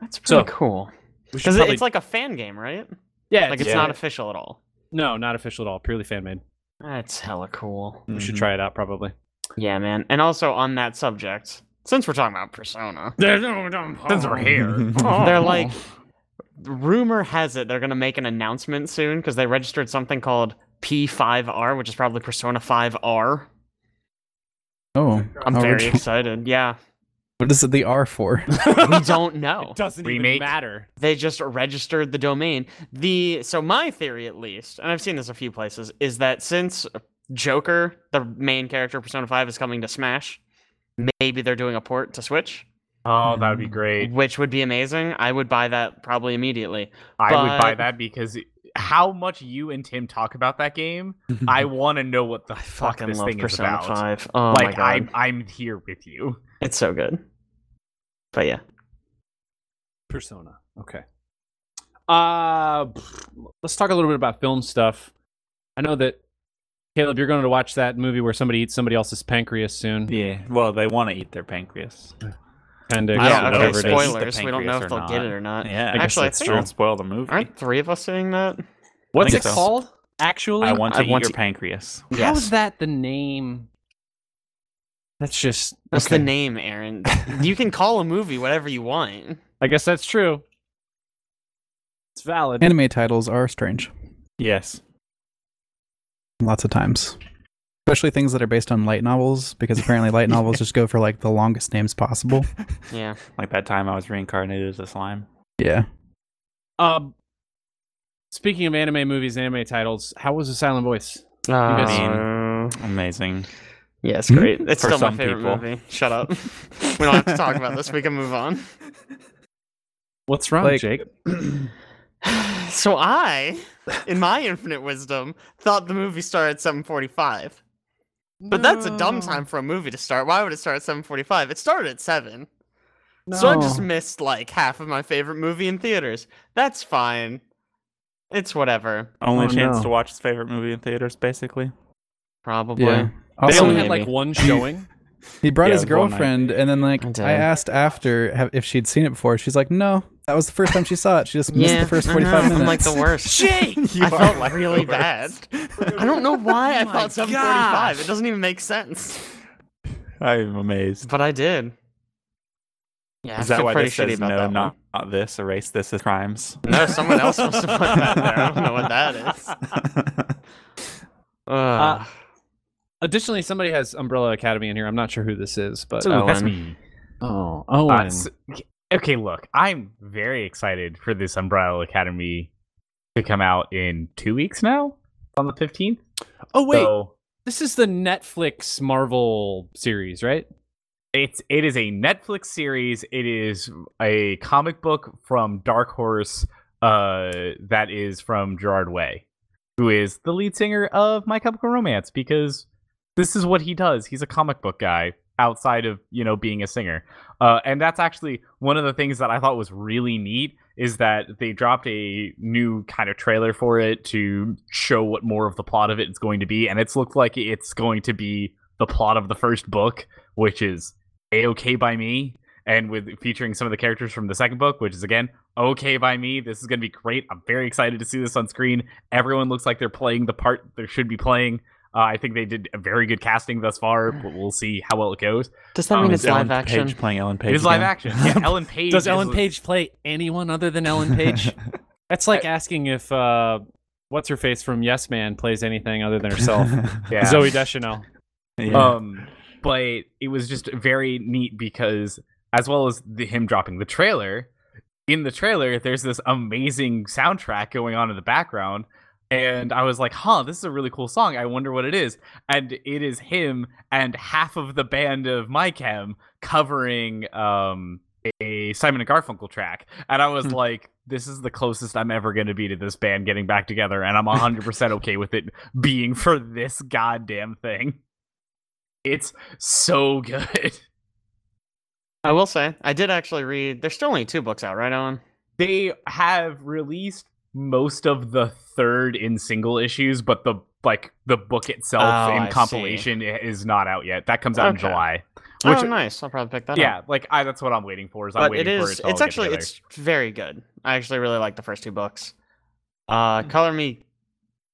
Speaker 1: That's
Speaker 2: So-
Speaker 1: pretty cool.
Speaker 2: We should
Speaker 1: Because
Speaker 2: probably-
Speaker 1: it's like a fan game, right?
Speaker 2: yeah
Speaker 1: Like it's not official at all.
Speaker 2: no not official at all purely fan made
Speaker 1: That's hella cool.
Speaker 2: we
Speaker 3: Mm-hmm.
Speaker 2: should try it out probably
Speaker 1: Yeah, man. And also on that subject, since we're talking about Persona,
Speaker 5: Since we're here.
Speaker 1: they're like, rumor has it they're gonna make an announcement soon because they registered something called P5R, which is probably Persona 5R.
Speaker 4: Oh,
Speaker 1: I'm
Speaker 4: how
Speaker 1: very
Speaker 4: orig-
Speaker 1: excited. Yeah,
Speaker 4: What is it the R for?
Speaker 1: we don't know.
Speaker 2: doesn't
Speaker 5: Remake.
Speaker 2: even matter.
Speaker 1: they just registered the domain. The so my theory at least, and I've seen this a few places, is that since Joker, the main character of Persona 5 is coming to Smash, maybe they're doing a port to Switch,
Speaker 5: Oh, that would be great.
Speaker 1: which would be amazing. I would buy that probably immediately.
Speaker 5: I would buy
Speaker 1: But-
Speaker 5: that because how much you and Tim talk about that game, I want to know what the
Speaker 1: I
Speaker 5: fuck
Speaker 1: fucking
Speaker 5: this
Speaker 1: love
Speaker 5: thing
Speaker 1: Persona
Speaker 5: is about.
Speaker 1: 5. Oh my
Speaker 5: like
Speaker 1: god.
Speaker 5: I'm, I'm here with you.
Speaker 1: It's so good. But yeah.
Speaker 2: Persona. Okay. Uh, let's talk a little bit about film stuff. I know that Caleb, you're going to watch that movie where somebody eats somebody else's pancreas soon.
Speaker 3: Yeah. Well, they want to eat their pancreas.
Speaker 2: Appendix,
Speaker 3: I don't
Speaker 1: yeah,
Speaker 3: know
Speaker 1: okay,
Speaker 3: if it is the
Speaker 1: spoilers. We don't know
Speaker 3: pancreas
Speaker 1: if
Speaker 3: or
Speaker 1: they'll
Speaker 3: not.
Speaker 1: get it or not.
Speaker 3: Yeah.
Speaker 1: guess Actually, I that's
Speaker 3: it's
Speaker 1: think-
Speaker 3: true.
Speaker 1: true.
Speaker 3: Don't spoil the movie.
Speaker 1: Aren't three of us seeing that?
Speaker 2: What's
Speaker 3: I
Speaker 2: it
Speaker 3: think so.
Speaker 2: called? Actually,
Speaker 3: I want to
Speaker 1: I
Speaker 3: eat
Speaker 1: want
Speaker 3: your
Speaker 1: to-
Speaker 3: pancreas.
Speaker 2: How is
Speaker 1: Yes.
Speaker 2: that the name? That's just.
Speaker 1: That's
Speaker 2: okay.
Speaker 1: the name, Aaron. you can call a movie whatever you want.
Speaker 2: I guess that's true. It's valid.
Speaker 4: Anime titles are strange
Speaker 3: Yes.
Speaker 4: lots of times, especially things that are based on light novels because apparently light novels just go for like the longest names possible.
Speaker 1: Yeah.
Speaker 3: Like that time I was reincarnated as a slime.
Speaker 4: Yeah.
Speaker 2: um, speaking of anime movies, and anime titles. How was the Silent Voice?
Speaker 3: guys- Amazing.
Speaker 1: Uh, yeah, it's great. It's
Speaker 3: For
Speaker 1: still my
Speaker 3: some
Speaker 1: favorite
Speaker 3: people.
Speaker 1: movie. Shut up. we don't have to talk about this. We can move on.
Speaker 2: What's wrong,
Speaker 4: Like-
Speaker 2: Jake?
Speaker 1: So I, in my infinite wisdom, thought the movie started at 7:45. But that's a dumb
Speaker 2: No.
Speaker 1: time for a movie to start. Why would it start at 7:45? It started at 7. So I just missed like half of my favorite movie in theaters. That's fine. It's whatever.
Speaker 3: Only
Speaker 2: Oh,
Speaker 3: chance
Speaker 2: no.
Speaker 3: to watch his favorite movie in theaters, basically.
Speaker 1: Probably.
Speaker 4: Yeah.
Speaker 2: They
Speaker 4: Also,
Speaker 2: only had
Speaker 1: maybe.
Speaker 2: like one showing.
Speaker 4: he brought
Speaker 3: Yeah,
Speaker 4: his
Speaker 3: it was one night.
Speaker 4: girlfriend, and then like
Speaker 1: I did.
Speaker 4: I asked after ha- if she'd seen it before. She's like, "No, that was the first time she saw it. She just missed the first
Speaker 1: I
Speaker 4: forty-five
Speaker 1: know,
Speaker 4: minutes."
Speaker 1: I'm like the worst.
Speaker 2: Jake,
Speaker 1: I felt really bad. I don't know
Speaker 4: Oh
Speaker 1: why I thought 745. It doesn't even make sense.
Speaker 3: I'm amazed.
Speaker 1: But I did. Yeah,
Speaker 3: Is
Speaker 1: I
Speaker 3: that
Speaker 1: feel
Speaker 3: why
Speaker 1: pretty
Speaker 3: this
Speaker 1: shitty
Speaker 3: says
Speaker 1: about
Speaker 3: no,
Speaker 1: that
Speaker 3: not, not this, erase this is crimes?
Speaker 1: one. No, someone else must have put that there. I don't know what that is. Ugh.
Speaker 2: Additionally, somebody has Umbrella Academy in here. I'm not sure who this is, but
Speaker 1: Ooh, that's
Speaker 5: me.
Speaker 2: oh, oh,
Speaker 5: Uh, s- okay, look, I'm very excited for this Umbrella Academy to come out in two weeks now, on the 15th.
Speaker 2: oh wait,
Speaker 5: So
Speaker 2: this is the Netflix Marvel series, right?
Speaker 5: it's it is a Netflix series. It is a comic book from Dark Horse uh, that is from Gerard Way, who is the lead singer of My Chemical Romance because this is what he does. He's a comic book guy outside of you know being a singer, uh, and that's actually one of the things that I thought was really neat is that they dropped a new kind of trailer for it to show what more of the plot of it is going to be, and it's looked like it's going to be the plot of the first book which is a okay by me, and with featuring some of the characters from the second book, which is again okay by me. This is going to be great. I'm very excited to see this on screen. Everyone looks like they're playing the part they should be playing. Uh, I think they did a very good casting thus far, but we'll see how well it goes.
Speaker 1: Does that
Speaker 5: um,
Speaker 1: mean
Speaker 5: is
Speaker 1: it's live action?
Speaker 3: Page playing Ellen Page.
Speaker 5: It is live
Speaker 3: again?
Speaker 5: action. Yeah, Ellen Page.
Speaker 2: Does
Speaker 5: is-
Speaker 2: Ellen Page play anyone other than Ellen Page? That's like asking if uh, what's her face from Yes Man plays anything other than herself.
Speaker 5: Yeah.
Speaker 2: Zoe Deschanel.
Speaker 3: Yeah.
Speaker 5: Um, but it was just very neat because, as well as the, him dropping the trailer, in the trailer, there's this amazing soundtrack going on in the background. And I was like, huh, this is a really cool song. I wonder what it is. And it is him and half of the band of MyChem covering um, a Simon and Garfunkel track. And I was
Speaker 3: Hmm.
Speaker 5: like, this is the closest I'm ever going to be to this band getting back together. And I'm 100% okay with it being for this goddamn thing. It's so good.
Speaker 1: I will say, I did actually read. There's still only two books out, right, Owen?
Speaker 5: they have released most of the third in single issues, but the like the book itself
Speaker 1: Oh,
Speaker 5: in
Speaker 1: I see.
Speaker 5: compilation i- is not out yet. That comes out in
Speaker 1: Okay.
Speaker 5: July.
Speaker 1: Which,
Speaker 5: Which-
Speaker 1: oh, nice. I'll probably pick that up.
Speaker 5: yeah, like I, that's what I'm waiting for. Is I'm
Speaker 1: but it
Speaker 5: waiting for it
Speaker 1: is.
Speaker 5: to all
Speaker 1: it's
Speaker 5: get
Speaker 1: actually
Speaker 5: together.
Speaker 1: it's very good. I actually really like the first two books. Uh, color me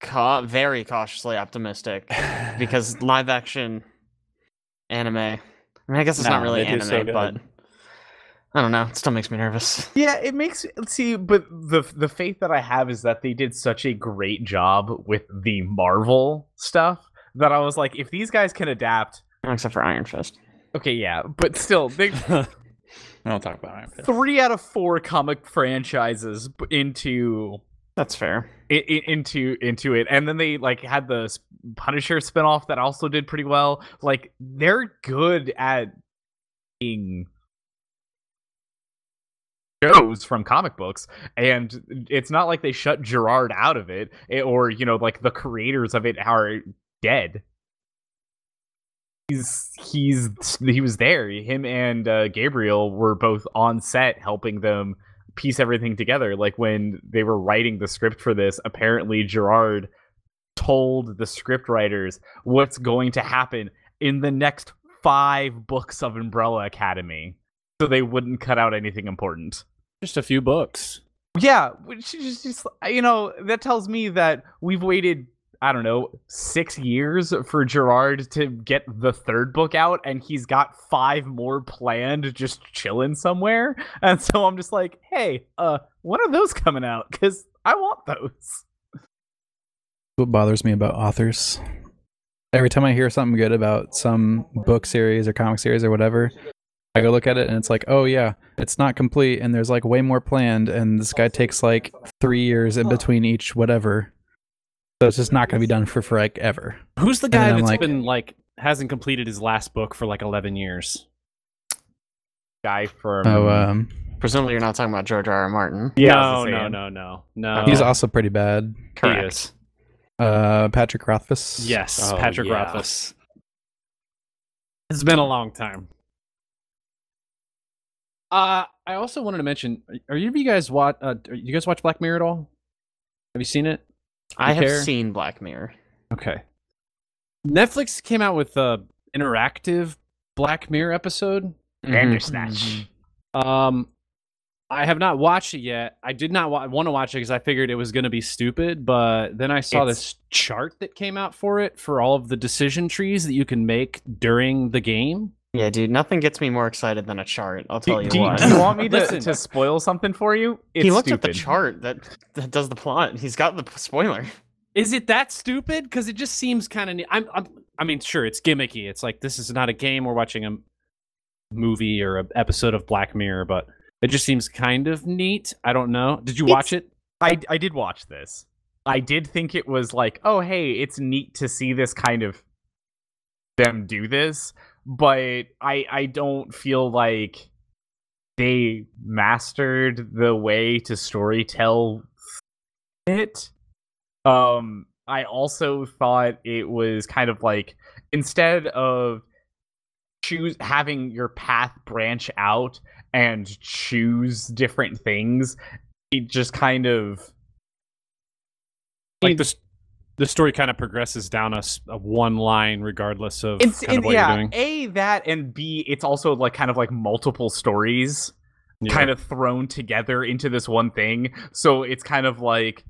Speaker 1: ca- very cautiously optimistic because live action anime. I mean, I guess it's not
Speaker 3: No,
Speaker 1: really
Speaker 3: they do
Speaker 1: anime,
Speaker 3: so
Speaker 1: but
Speaker 3: good.
Speaker 1: I don't know. It still makes me nervous.
Speaker 5: Yeah, it makes see, but the the faith that I have is that they did such a great job with the Marvel stuff that I was like, if these guys can adapt,
Speaker 1: Except for Iron Fist.
Speaker 5: okay, yeah, but still, they,
Speaker 3: I don't talk about it.
Speaker 5: three out of four comic franchises b- into
Speaker 1: That's fair.
Speaker 5: i i- into into it and then they like had the s- punisher spinoff that also did pretty well like they're good at being shows from comic books and it's not like they shut gerard out of it eh, or you know like the creators of it are dead he's he's he was there him and uh, gabriel were both on set helping them piece everything together. Like when they were writing the script for this, apparently Gerard told the script writers what's going to happen in the next five books of Umbrella Academy. So they wouldn't cut out anything important.
Speaker 2: Just a few books.
Speaker 5: Yeah, which is just, just you know, that tells me that we've waited, I don't know, six years for Gerard to get the third book out, and he's got five more planned just chilling somewhere. And so I'm just like, hey, uh, when are those coming out? Because I want those.
Speaker 4: what bothers me about authors every time i hear something good about some book series or comic series or whatever i go look at it and it's like oh yeah it's not complete and there's like way more planned and this guy takes like three years in between each whatever so it's just not going to be done for, for like ever
Speaker 2: Who's the
Speaker 4: And then
Speaker 2: guy
Speaker 4: I'm
Speaker 2: that's
Speaker 4: like-
Speaker 2: been like hasn't completed his last book for like eleven years?
Speaker 5: Guy from
Speaker 4: oh
Speaker 1: uh,
Speaker 4: um
Speaker 1: Presumably, you're not talking about George R. R. Martin.
Speaker 5: yeah, I
Speaker 2: no,
Speaker 5: was
Speaker 2: no,
Speaker 5: saying.
Speaker 2: no, no, no.
Speaker 4: he's also pretty bad
Speaker 2: He
Speaker 1: Correct.
Speaker 2: is.
Speaker 4: uh patrick rothfuss
Speaker 2: Yes,
Speaker 3: Oh,
Speaker 2: Patrick
Speaker 3: yeah.
Speaker 2: Rothfuss. It's been a long time. Uh, I also wanted to mention: Are you, you guys watch? Uh, do you guys watch Black Mirror at all? Have you seen it?
Speaker 1: I have
Speaker 2: care?
Speaker 1: seen Black Mirror.
Speaker 2: Okay. Netflix came out with a interactive Black Mirror episode.
Speaker 5: Mm-hmm. Bandersnatch.
Speaker 2: Um, I have not watched it yet. I did not wa- want to watch it because I figured it was going to be stupid. But then I saw
Speaker 5: It's-
Speaker 2: this chart that came out for it for all of the decision trees that you can make during the game.
Speaker 1: Yeah, dude, nothing gets me more excited than a chart. I'll tell
Speaker 5: Do,
Speaker 1: you
Speaker 5: do you,
Speaker 1: what.
Speaker 5: do you want me to,
Speaker 2: Listen.
Speaker 5: to spoil something for you? It's
Speaker 1: he looked
Speaker 5: stupid.
Speaker 1: at the chart that that does the plot. He's got the p- spoiler.
Speaker 2: Is it that stupid? Because it just seems kind of. I'm, I'm. I mean, sure, it's gimmicky. It's like this is not a game. We're watching a movie or an episode of Black Mirror, but it just seems kind of neat. I don't know. Did you watch it?
Speaker 5: I I did watch this. I did think it was like, oh hey, it's neat to see this kind of them do this, but I I don't feel like they mastered the way to storytell it. Um I also thought it was kind of like instead of choose having your path branch out and choose different things, it just kind of
Speaker 2: like the, s- the story kind of progresses down a, s- a one line regardless of
Speaker 5: it's
Speaker 2: kind of
Speaker 5: it-
Speaker 2: what
Speaker 5: yeah,
Speaker 2: you're doing
Speaker 5: A that and B it's also like kind of like multiple stories kind of thrown together into this one thing. So it's kind of like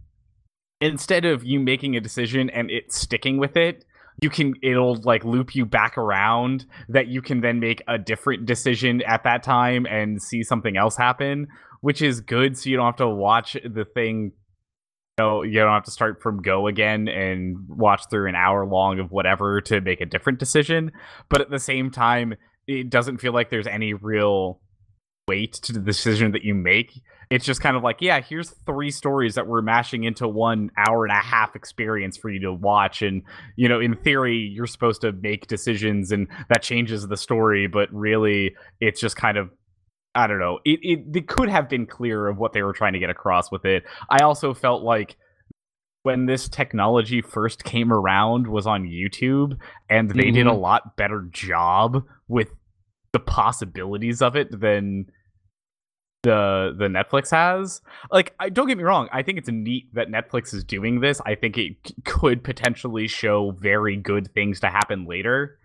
Speaker 5: instead of you making a decision and it sticking with it, you can it'll like loop you back around that you can then make a different decision at that time and see something else happen, which is good so you don't have to watch the thing you know, you don't have to start from go again and watch through an hour long of whatever to make a different decision. But at the same time, it doesn't feel like there's any real weight to the decision that you make. It's just kind of like, yeah, here's three stories that we're mashing into one hour and a half experience for you to watch. And, you know, in theory, you're supposed to make decisions and that changes the story. But really, it's just kind of, I don't know. It, it, it could have been clearer of what they were trying to get across with it. I also felt like when this technology first came around was on YouTube and they did a
Speaker 2: Mhm.
Speaker 5: lot better job with the possibilities of it than the the Netflix has. Like, I, don't get me wrong. I think it's neat that Netflix is doing this. I think it c- could potentially show very good things to happen later.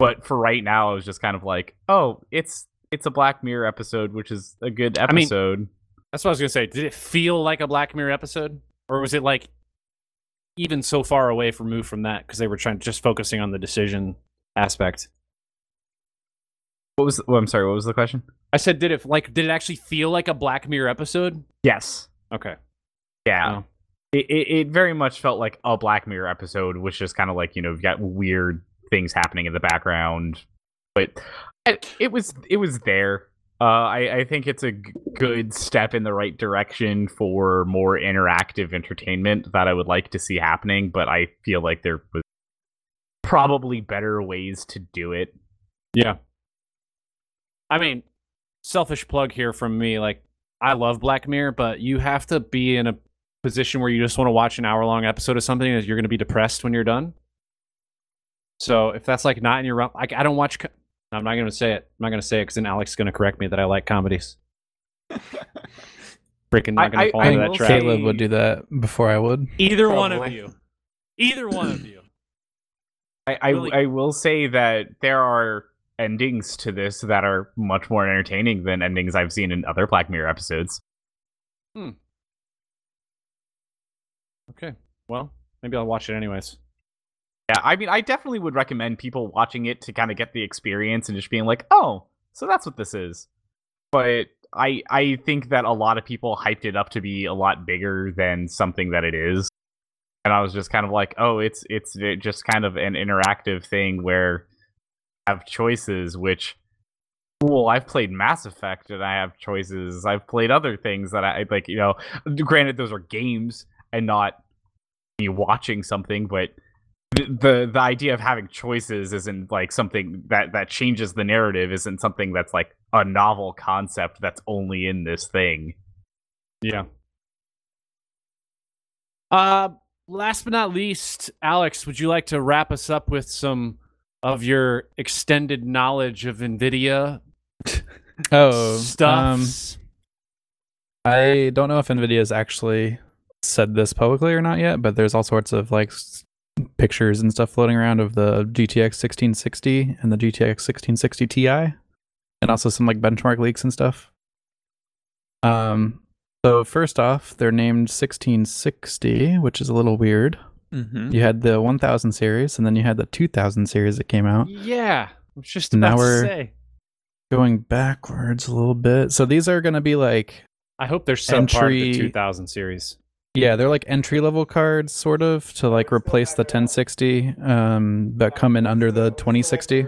Speaker 5: But for right now, I was just kind of like, oh, it's it's a Black Mirror episode, which is a good
Speaker 2: mean-
Speaker 5: episode.
Speaker 2: That's what I was gonna say. Did it feel like a Black Mirror episode, or was it like even so far away from move from that because they were trying just focusing on the decision aspect?
Speaker 5: what was? Well, I'm sorry. What was the question?
Speaker 2: I said, did it like did it actually feel like a Black Mirror episode?
Speaker 5: Yes.
Speaker 2: Okay,
Speaker 5: Yeah.
Speaker 2: Oh.
Speaker 5: It, it, it very much felt like a Black Mirror episode, which is kind of like, you know, you've got weird things happening in the background. But it, it was it was there. Uh, I, I think it's a g- good step in the right direction for more interactive entertainment that I would like to see happening, but I feel like there was probably better ways to do it.
Speaker 2: yeah. I mean, selfish plug here from me. Like, I love Black Mirror, but you have to be in a position where you just want to watch an hour long episode of something that you're going to be depressed when you're done. So if that's like not in your realm, like I don't watch. Co- I'm not going to say it. I'm not going to say it because then Alex is going to correct me that I like comedies. Freaking
Speaker 5: I-
Speaker 2: not going
Speaker 5: I-
Speaker 2: to fall
Speaker 5: I
Speaker 2: into that
Speaker 5: will
Speaker 2: trap.
Speaker 5: say-
Speaker 4: Caleb would do that before I would.
Speaker 2: Either one of
Speaker 1: Probably.
Speaker 2: you. Either one of you.
Speaker 5: I, I,
Speaker 2: Really-
Speaker 5: I will say that there are endings to this that are much more entertaining than endings I've seen in other Black Mirror episodes.
Speaker 2: Okay. Well, maybe I'll watch it anyways.
Speaker 5: Yeah, I mean, I definitely would recommend people watching it to kind of get the experience and just being like, oh, so that's what this is. But I, I think that a lot of people hyped it up to be a lot bigger than something that it is. And I was just kind of like, oh, it's it's just kind of an interactive thing where I have choices, which cool. I've played Mass Effect and I have choices. I've played other things that I like, you know, granted those are games and not me watching something, but the- the the idea of having choices isn't like something that that changes the narrative isn't something that's like a novel concept that's only in this thing
Speaker 2: Yeah. Uh, last but not least, Alex, would you like to wrap us up with some of your extended knowledge of NVIDIA
Speaker 4: Oh, um,
Speaker 2: stuffs?
Speaker 4: I don't know if Nvidia's actually said this publicly or not yet, but there's all sorts of like s- pictures and stuff floating around of the GTX 1660 and the GTX 1660 Ti, and also some like benchmark leaks and stuff. Um, so first off, they're named 1660, which is a little weird.
Speaker 3: Mm-hmm.
Speaker 4: You had the 1000 series, and then you had the 2000 series that came out.
Speaker 2: yeah. I was just
Speaker 4: Now
Speaker 2: about to
Speaker 4: we're-
Speaker 2: say.
Speaker 4: Going backwards a little bit, so these are going to be like
Speaker 2: I hope there's some part of the
Speaker 4: Entry-
Speaker 2: 2000 series.
Speaker 4: Yeah, they're like entry level cards, sort of, to like replace the 1060, um, but come in under the 2060.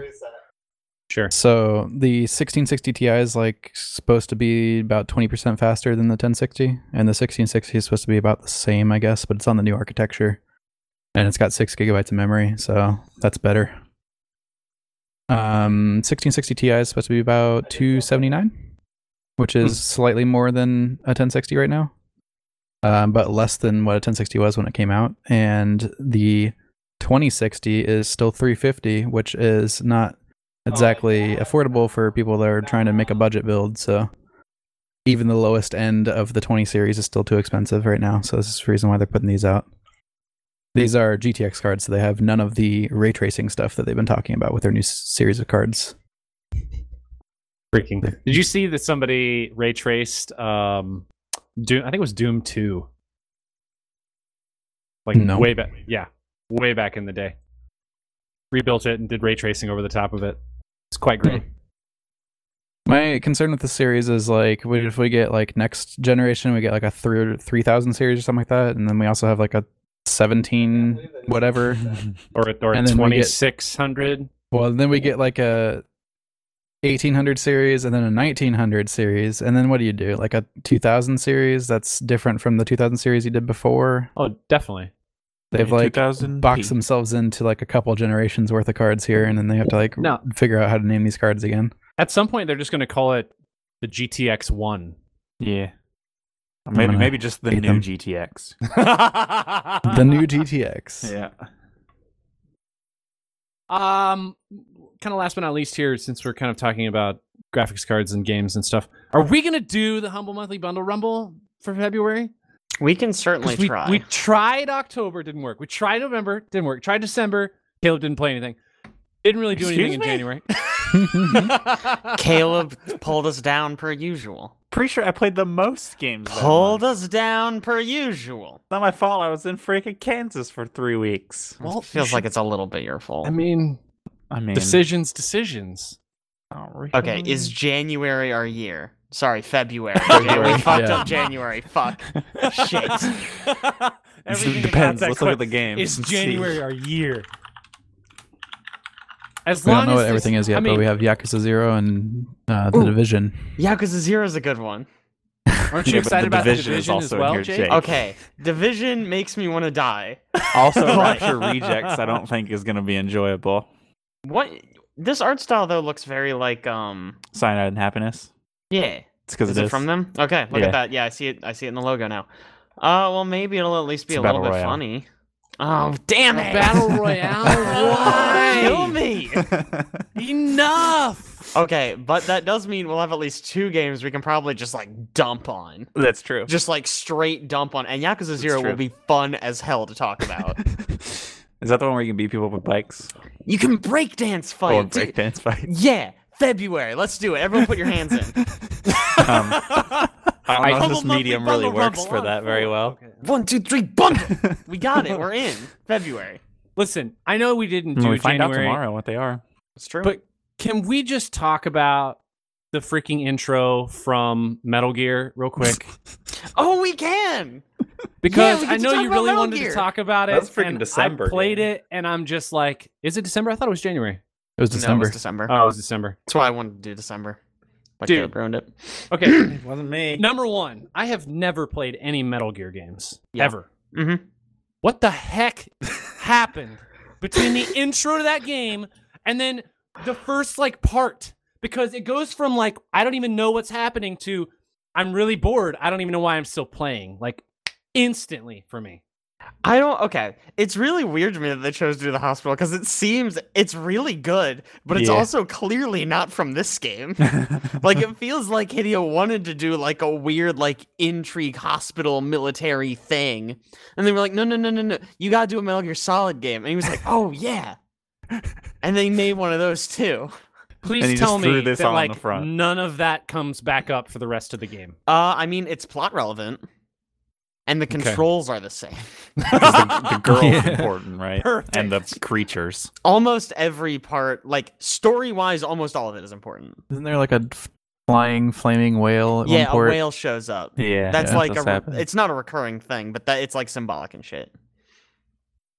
Speaker 2: Sure.
Speaker 4: So the 1660 Ti is like supposed to be about 20% faster than the 1060, and the 1660 is supposed to be about the same, I guess, but it's on the new architecture, and it's got six gigabytes of memory, so that's better. Um, 1660 Ti is supposed to be about 279, which is slightly more than a 1060 right now um, but less than what a 1060 was when it came out. And the 2060 is still 350, which is not exactly affordable for people that are trying to make a budget build. So even the lowest end of the 20 series is still too expensive right now. So this is the reason why they're putting these out. These are GTX cards, so they have none of the ray tracing stuff that they've been talking about with their new s- series of cards.
Speaker 2: Freaking. Did you see that somebody ray traced um Doom I think it was Doom 2. Like
Speaker 4: No.
Speaker 2: way back yeah, way back in the day. Rebuilt it and did ray tracing over the top of it. It's quite
Speaker 4: Hmm.
Speaker 2: great.
Speaker 4: My concern with the series is like, what if we get like next generation, we get like a three three thousand series or something like that, and then we also have like a seventeen whatever.
Speaker 2: or or
Speaker 4: And then we get-
Speaker 2: 2600.
Speaker 4: well, then we get like a 1800 series and then a 1900 series and then what do you do like a 2000 series that's different from the 2000 series you did before
Speaker 2: Oh, definitely.
Speaker 4: they've like
Speaker 3: 2000p.
Speaker 4: boxed themselves into like a couple generations worth of cards here and then they have to like
Speaker 2: No.
Speaker 4: figure out how to name these cards again
Speaker 2: At some point, they're just going to call it the GTX One.
Speaker 3: Yeah. Or maybe
Speaker 4: gonna
Speaker 3: maybe just the
Speaker 4: hate
Speaker 3: new
Speaker 4: them.
Speaker 3: GTX.
Speaker 2: Ah.
Speaker 4: the new gtx
Speaker 3: yeah.
Speaker 2: Um, kind of last but not least here, since we're kind of talking about graphics cards and games and stuff, are we gonna do the Humble Monthly Bundle Rumble for February?
Speaker 1: We can
Speaker 2: 'Cause
Speaker 1: certainly
Speaker 2: we,
Speaker 1: try.
Speaker 2: we tried October, didn't work. We tried November, didn't work. Tried December, Caleb didn't play anything. Didn't really do anything
Speaker 3: Excuse
Speaker 2: in
Speaker 3: me?
Speaker 2: January.
Speaker 1: Caleb pulled us down per usual.
Speaker 3: Pretty sure I played the most games. that
Speaker 1: Pulled
Speaker 3: month.
Speaker 1: us down per usual.
Speaker 3: Not my fault. I was in freaking Kansas for three weeks.
Speaker 2: Well,
Speaker 1: Feels like it's a little bit your fault.
Speaker 2: I mean,
Speaker 3: I mean, oh,
Speaker 2: decisions, decisions.
Speaker 3: not really.
Speaker 1: Okay, is January our year? Sorry, February.
Speaker 3: February,
Speaker 1: we fucked
Speaker 4: yeah.
Speaker 1: up January. Fuck. Shit.
Speaker 3: It
Speaker 2: Everything
Speaker 3: depends.
Speaker 2: about that card
Speaker 3: Let's look at the game.
Speaker 2: Is
Speaker 3: and see.
Speaker 2: January our year? As
Speaker 4: we
Speaker 2: long
Speaker 4: don't know
Speaker 2: as
Speaker 4: what
Speaker 2: this-
Speaker 4: everything is yet
Speaker 2: I mean,
Speaker 4: but we have yakuza zero and uh, the
Speaker 1: Ooh.
Speaker 4: division
Speaker 1: Yeah, because zero is a good one.
Speaker 2: Aren't
Speaker 3: Yeah,
Speaker 2: you
Speaker 3: but the
Speaker 2: excited about
Speaker 3: division
Speaker 2: the
Speaker 3: is
Speaker 2: division
Speaker 3: also
Speaker 2: as
Speaker 3: in
Speaker 2: well,
Speaker 3: here,
Speaker 2: Jake?
Speaker 3: Jake.
Speaker 1: Okay, division makes me want to die.
Speaker 3: Also,
Speaker 1: Like-
Speaker 3: Rapture Rejects, I don't think is going to be enjoyable.
Speaker 1: What? This art style though looks very like um.
Speaker 3: Cyanide and Happiness.
Speaker 1: Yeah.
Speaker 3: It's because
Speaker 1: Is it from them? Okay, look
Speaker 3: Yeah.
Speaker 1: at that. Yeah, I see it. I see it in the logo now. Uh, well, maybe it'll at least be
Speaker 3: It's
Speaker 1: a
Speaker 3: a
Speaker 1: little bit
Speaker 3: battle royale.
Speaker 1: funny. Oh, damn it!
Speaker 2: Battle Royale?
Speaker 1: Kill
Speaker 2: Why?
Speaker 1: me.
Speaker 2: Enough!
Speaker 1: Okay, but that does mean we'll have at least two games we can probably just like dump on.
Speaker 3: That's true.
Speaker 1: Just like straight dump on. And Yakuza 0 will
Speaker 3: true.
Speaker 1: be fun as hell to talk about.
Speaker 3: Is that the one where you can beat people up with bikes
Speaker 1: you can breakdance fight.
Speaker 3: or
Speaker 1: dude.
Speaker 3: breakdance fights?
Speaker 1: Yeah, February. Let's do it. Everyone put your hands in.
Speaker 3: Um, I don't know if
Speaker 1: Bubble
Speaker 3: this
Speaker 1: Monthly,
Speaker 3: medium
Speaker 1: Bubble
Speaker 3: really works
Speaker 1: Rumble
Speaker 3: for
Speaker 1: on
Speaker 3: that very
Speaker 1: four.
Speaker 3: well.
Speaker 1: One, two, three, bundle. We got it. We're in. February.
Speaker 2: Listen, I know we didn't do
Speaker 3: When we find out
Speaker 2: January,
Speaker 3: tomorrow what they are.
Speaker 1: It's true.
Speaker 2: but can we just talk about the freaking intro from Metal Gear real quick?
Speaker 1: oh, we can.
Speaker 2: Because
Speaker 1: we
Speaker 2: I
Speaker 1: get to
Speaker 2: know
Speaker 1: talk
Speaker 2: you
Speaker 1: about
Speaker 2: really
Speaker 1: Metal
Speaker 2: wanted
Speaker 1: Gear.
Speaker 2: to talk about it.
Speaker 3: That's freaking
Speaker 2: and I
Speaker 3: December,
Speaker 2: played
Speaker 3: dude.
Speaker 2: it, and I'm just like, is it December? I thought it was January.
Speaker 4: it was
Speaker 1: No, it
Speaker 4: december
Speaker 1: was December.
Speaker 2: Oh, it was December.
Speaker 1: That's why I wanted to do December. But
Speaker 2: Dude.
Speaker 1: Caleb ruined it.
Speaker 2: Okay.
Speaker 3: It wasn't me.
Speaker 2: Number one, I have never played any Metal Gear games
Speaker 1: Yeah.
Speaker 2: ever.
Speaker 1: Mhm.
Speaker 2: What the heck happened between the intro to that game and then the first like part? Because it goes from like I don't even know what's happening to I'm really bored. I don't even know why I'm still playing. Like instantly for me.
Speaker 1: I don't. Okay, it's really weird to me that they chose to do the hospital because it seems it's really good, but it's
Speaker 3: Yeah.
Speaker 1: also clearly not from this game. like it feels like Hideo wanted to do like a weird like intrigue hospital military thing, and they were like, no, no, no, no, no, you gotta do a Metal Gear Solid game, and he was like, oh yeah, and they made one of those too.
Speaker 2: Please
Speaker 3: And he just
Speaker 2: tell
Speaker 3: threw
Speaker 2: me
Speaker 3: this
Speaker 2: that
Speaker 3: all in
Speaker 2: like
Speaker 3: the front.
Speaker 2: none of that comes back up for the rest of the game.
Speaker 1: Uh, I mean, it's plot relevant, and the controls are the same.
Speaker 3: the, the girl's
Speaker 4: Yeah.
Speaker 3: important, right? And the creatures.
Speaker 1: almost every part, like story wise, almost all of it is important.
Speaker 4: isn't there like a f- flying flaming whale at
Speaker 1: yeah,
Speaker 4: one port?
Speaker 1: a whale shows up.
Speaker 3: Yeah.
Speaker 1: That's like a.
Speaker 3: does
Speaker 1: re-
Speaker 3: happen.
Speaker 1: It's not a recurring thing, but that it's like symbolic and shit.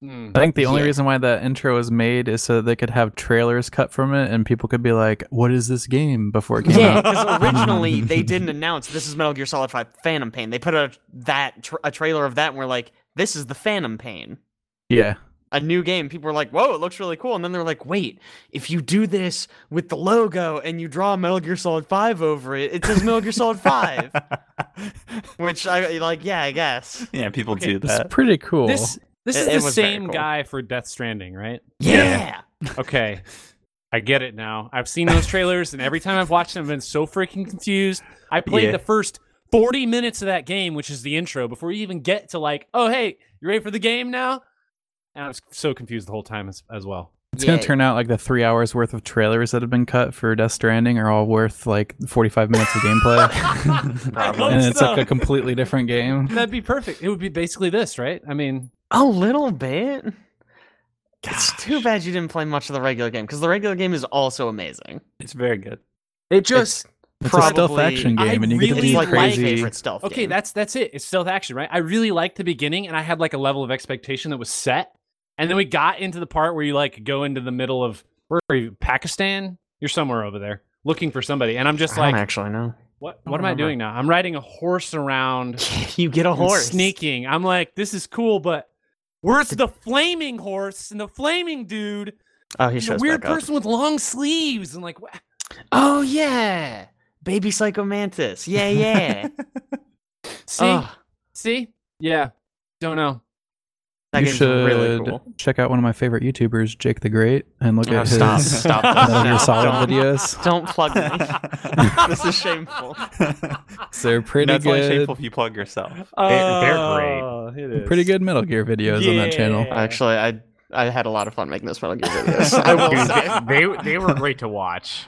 Speaker 4: I think the only
Speaker 1: Yeah.
Speaker 4: reason why that intro was made is so that they could have trailers cut from it and people could be like, "What is this game?" before it came
Speaker 1: Yeah,
Speaker 4: out.
Speaker 1: because originally they didn't announce this is Metal Gear Solid Five Phantom Pain. They put out that tr a trailer of that, and we're like, this is the Phantom Pain.
Speaker 4: Yeah,
Speaker 1: a new game, people were like, "Whoa, it looks really cool," and then they're like, "Wait, if you do this with the logo and you draw Metal Gear Solid Five over it, it says Metal Gear Solid 5. Which I like, yeah, I guess.
Speaker 3: Yeah, people
Speaker 2: Okay,
Speaker 3: do
Speaker 4: it's
Speaker 3: that.
Speaker 4: pretty cool.
Speaker 2: This this
Speaker 1: It-
Speaker 2: is
Speaker 1: it
Speaker 2: the
Speaker 1: was very
Speaker 2: same
Speaker 1: cool.
Speaker 2: guy for Death Stranding, right?
Speaker 1: Yeah,
Speaker 2: Okay. I get it now. I've seen those trailers, and every time I've watched them, I've been so freaking confused. I played
Speaker 3: Yeah.
Speaker 2: the first 40 minutes of that game, which is the intro, before you even get to, like, oh, hey, you ready for the game now? And I was so confused the whole time as, as well.
Speaker 4: It's gonna
Speaker 1: Yeah.
Speaker 4: turn out like the three hours worth of trailers that have been cut for Death Stranding are all worth like forty-five minutes of gameplay,
Speaker 2: hope
Speaker 4: and it's
Speaker 2: so.
Speaker 4: like a completely different game.
Speaker 2: That'd be perfect. It would be basically this, right? I mean,
Speaker 1: a little bit. It's too bad you didn't play much of the regular game because the regular game is also amazing.
Speaker 3: It's very good.
Speaker 2: it
Speaker 1: just-
Speaker 4: It's a stealth
Speaker 1: Probably-
Speaker 4: action
Speaker 2: I
Speaker 4: game, and you get to
Speaker 2: really
Speaker 1: It's
Speaker 4: be
Speaker 1: like my
Speaker 4: crazy.
Speaker 1: favorite stealth.
Speaker 2: Okay,
Speaker 1: game.
Speaker 2: that's that's it. It's stealth action, right? I really liked the beginning, and I had like a level of expectation that was set. And then we got into the part where you like go into the middle of where are you? Pakistan? You're somewhere over there, looking for somebody, and I'm just
Speaker 1: I don't
Speaker 2: like,
Speaker 1: actually know.
Speaker 2: what?
Speaker 1: I don't
Speaker 2: What am I
Speaker 1: remember.
Speaker 2: doing now? I'm riding a horse around,
Speaker 1: you get a
Speaker 2: and
Speaker 1: horse.
Speaker 2: sneaking. I'm like, this is cool, but where's the flaming horse and the flaming dude
Speaker 1: Oh, he
Speaker 2: and the
Speaker 1: shows
Speaker 2: weird
Speaker 1: back up.
Speaker 2: person with long sleeves and like, wha-
Speaker 1: Oh yeah, baby psychomantis. Yeah, yeah.
Speaker 2: see,
Speaker 1: Ugh,
Speaker 2: see, yeah, don't know.
Speaker 1: that
Speaker 4: you
Speaker 1: game's
Speaker 4: should
Speaker 1: really cool.
Speaker 4: check out one of my favorite YouTubers, Jake the Great, and look
Speaker 1: Oh,
Speaker 4: at
Speaker 1: stop!
Speaker 4: his
Speaker 1: Stop!
Speaker 4: Metal
Speaker 1: No,
Speaker 4: Gear Solid
Speaker 1: don't-
Speaker 4: videos.
Speaker 1: Don't plug me. this is shameful.
Speaker 4: They're pretty
Speaker 3: That's only
Speaker 4: good.
Speaker 3: shameful if you plug yourself.
Speaker 2: they're great.
Speaker 4: Pretty good Metal Gear videos on that channel.
Speaker 2: Yeah.
Speaker 1: Actually, I I had a lot of fun making this Metal Gear videos. I will
Speaker 5: Dude,
Speaker 1: say.
Speaker 5: they, they they were great to watch.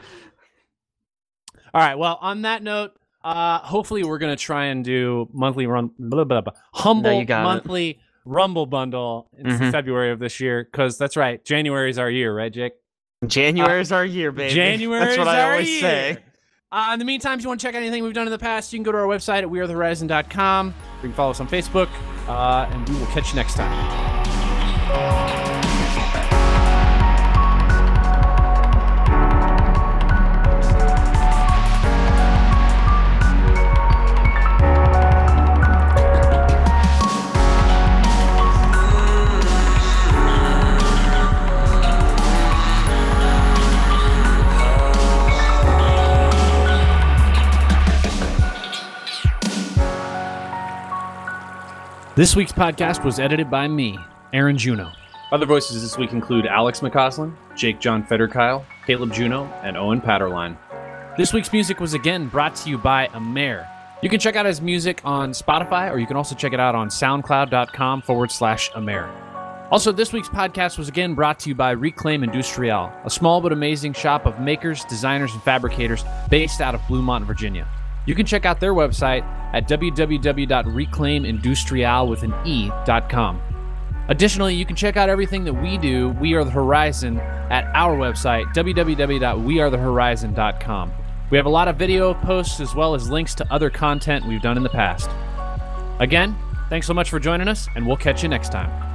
Speaker 2: All right. Well, on that note, uh, hopefully we're gonna try and do monthly run blah, blah, blah, humble
Speaker 1: you got it.
Speaker 2: monthly rumble bundle in
Speaker 1: Mhm.
Speaker 2: February of this year because that's right. January is our year, right, Jake?
Speaker 1: January's our year, baby.
Speaker 2: January
Speaker 1: That's what
Speaker 2: is
Speaker 1: I
Speaker 2: our
Speaker 1: always
Speaker 2: year.
Speaker 1: say.
Speaker 2: Uh, in the meantime, if you want to check out anything we've done in the past, you can go to our website at wearethehorizon.com. You can follow us on Facebook, uh, and we will catch you next time. This week's podcast was edited by me, Aaron Juno. Other voices this week include Alex McCausland, Jake John Federkyle, Caleb Juno, and Owen Patterline. This week's music was again brought to you by Amer. You can check out his music on Spotify, or you can also check it out on soundcloud.com forward slash Amer. Also, this week's podcast was again brought to you by Reclaim Industrial, a small but amazing shop of makers, designers, and fabricators based out of Bluemont, Virginia. You can check out their website at www.reclaimindustrial with an e dot com. Additionally, you can check out everything that we do, We Are the Horizon, at our website, www.wearethehorizon.com. We have a lot of video posts as well as links to other content we've done in the past. Again, thanks so much for joining us, and we'll catch you next time.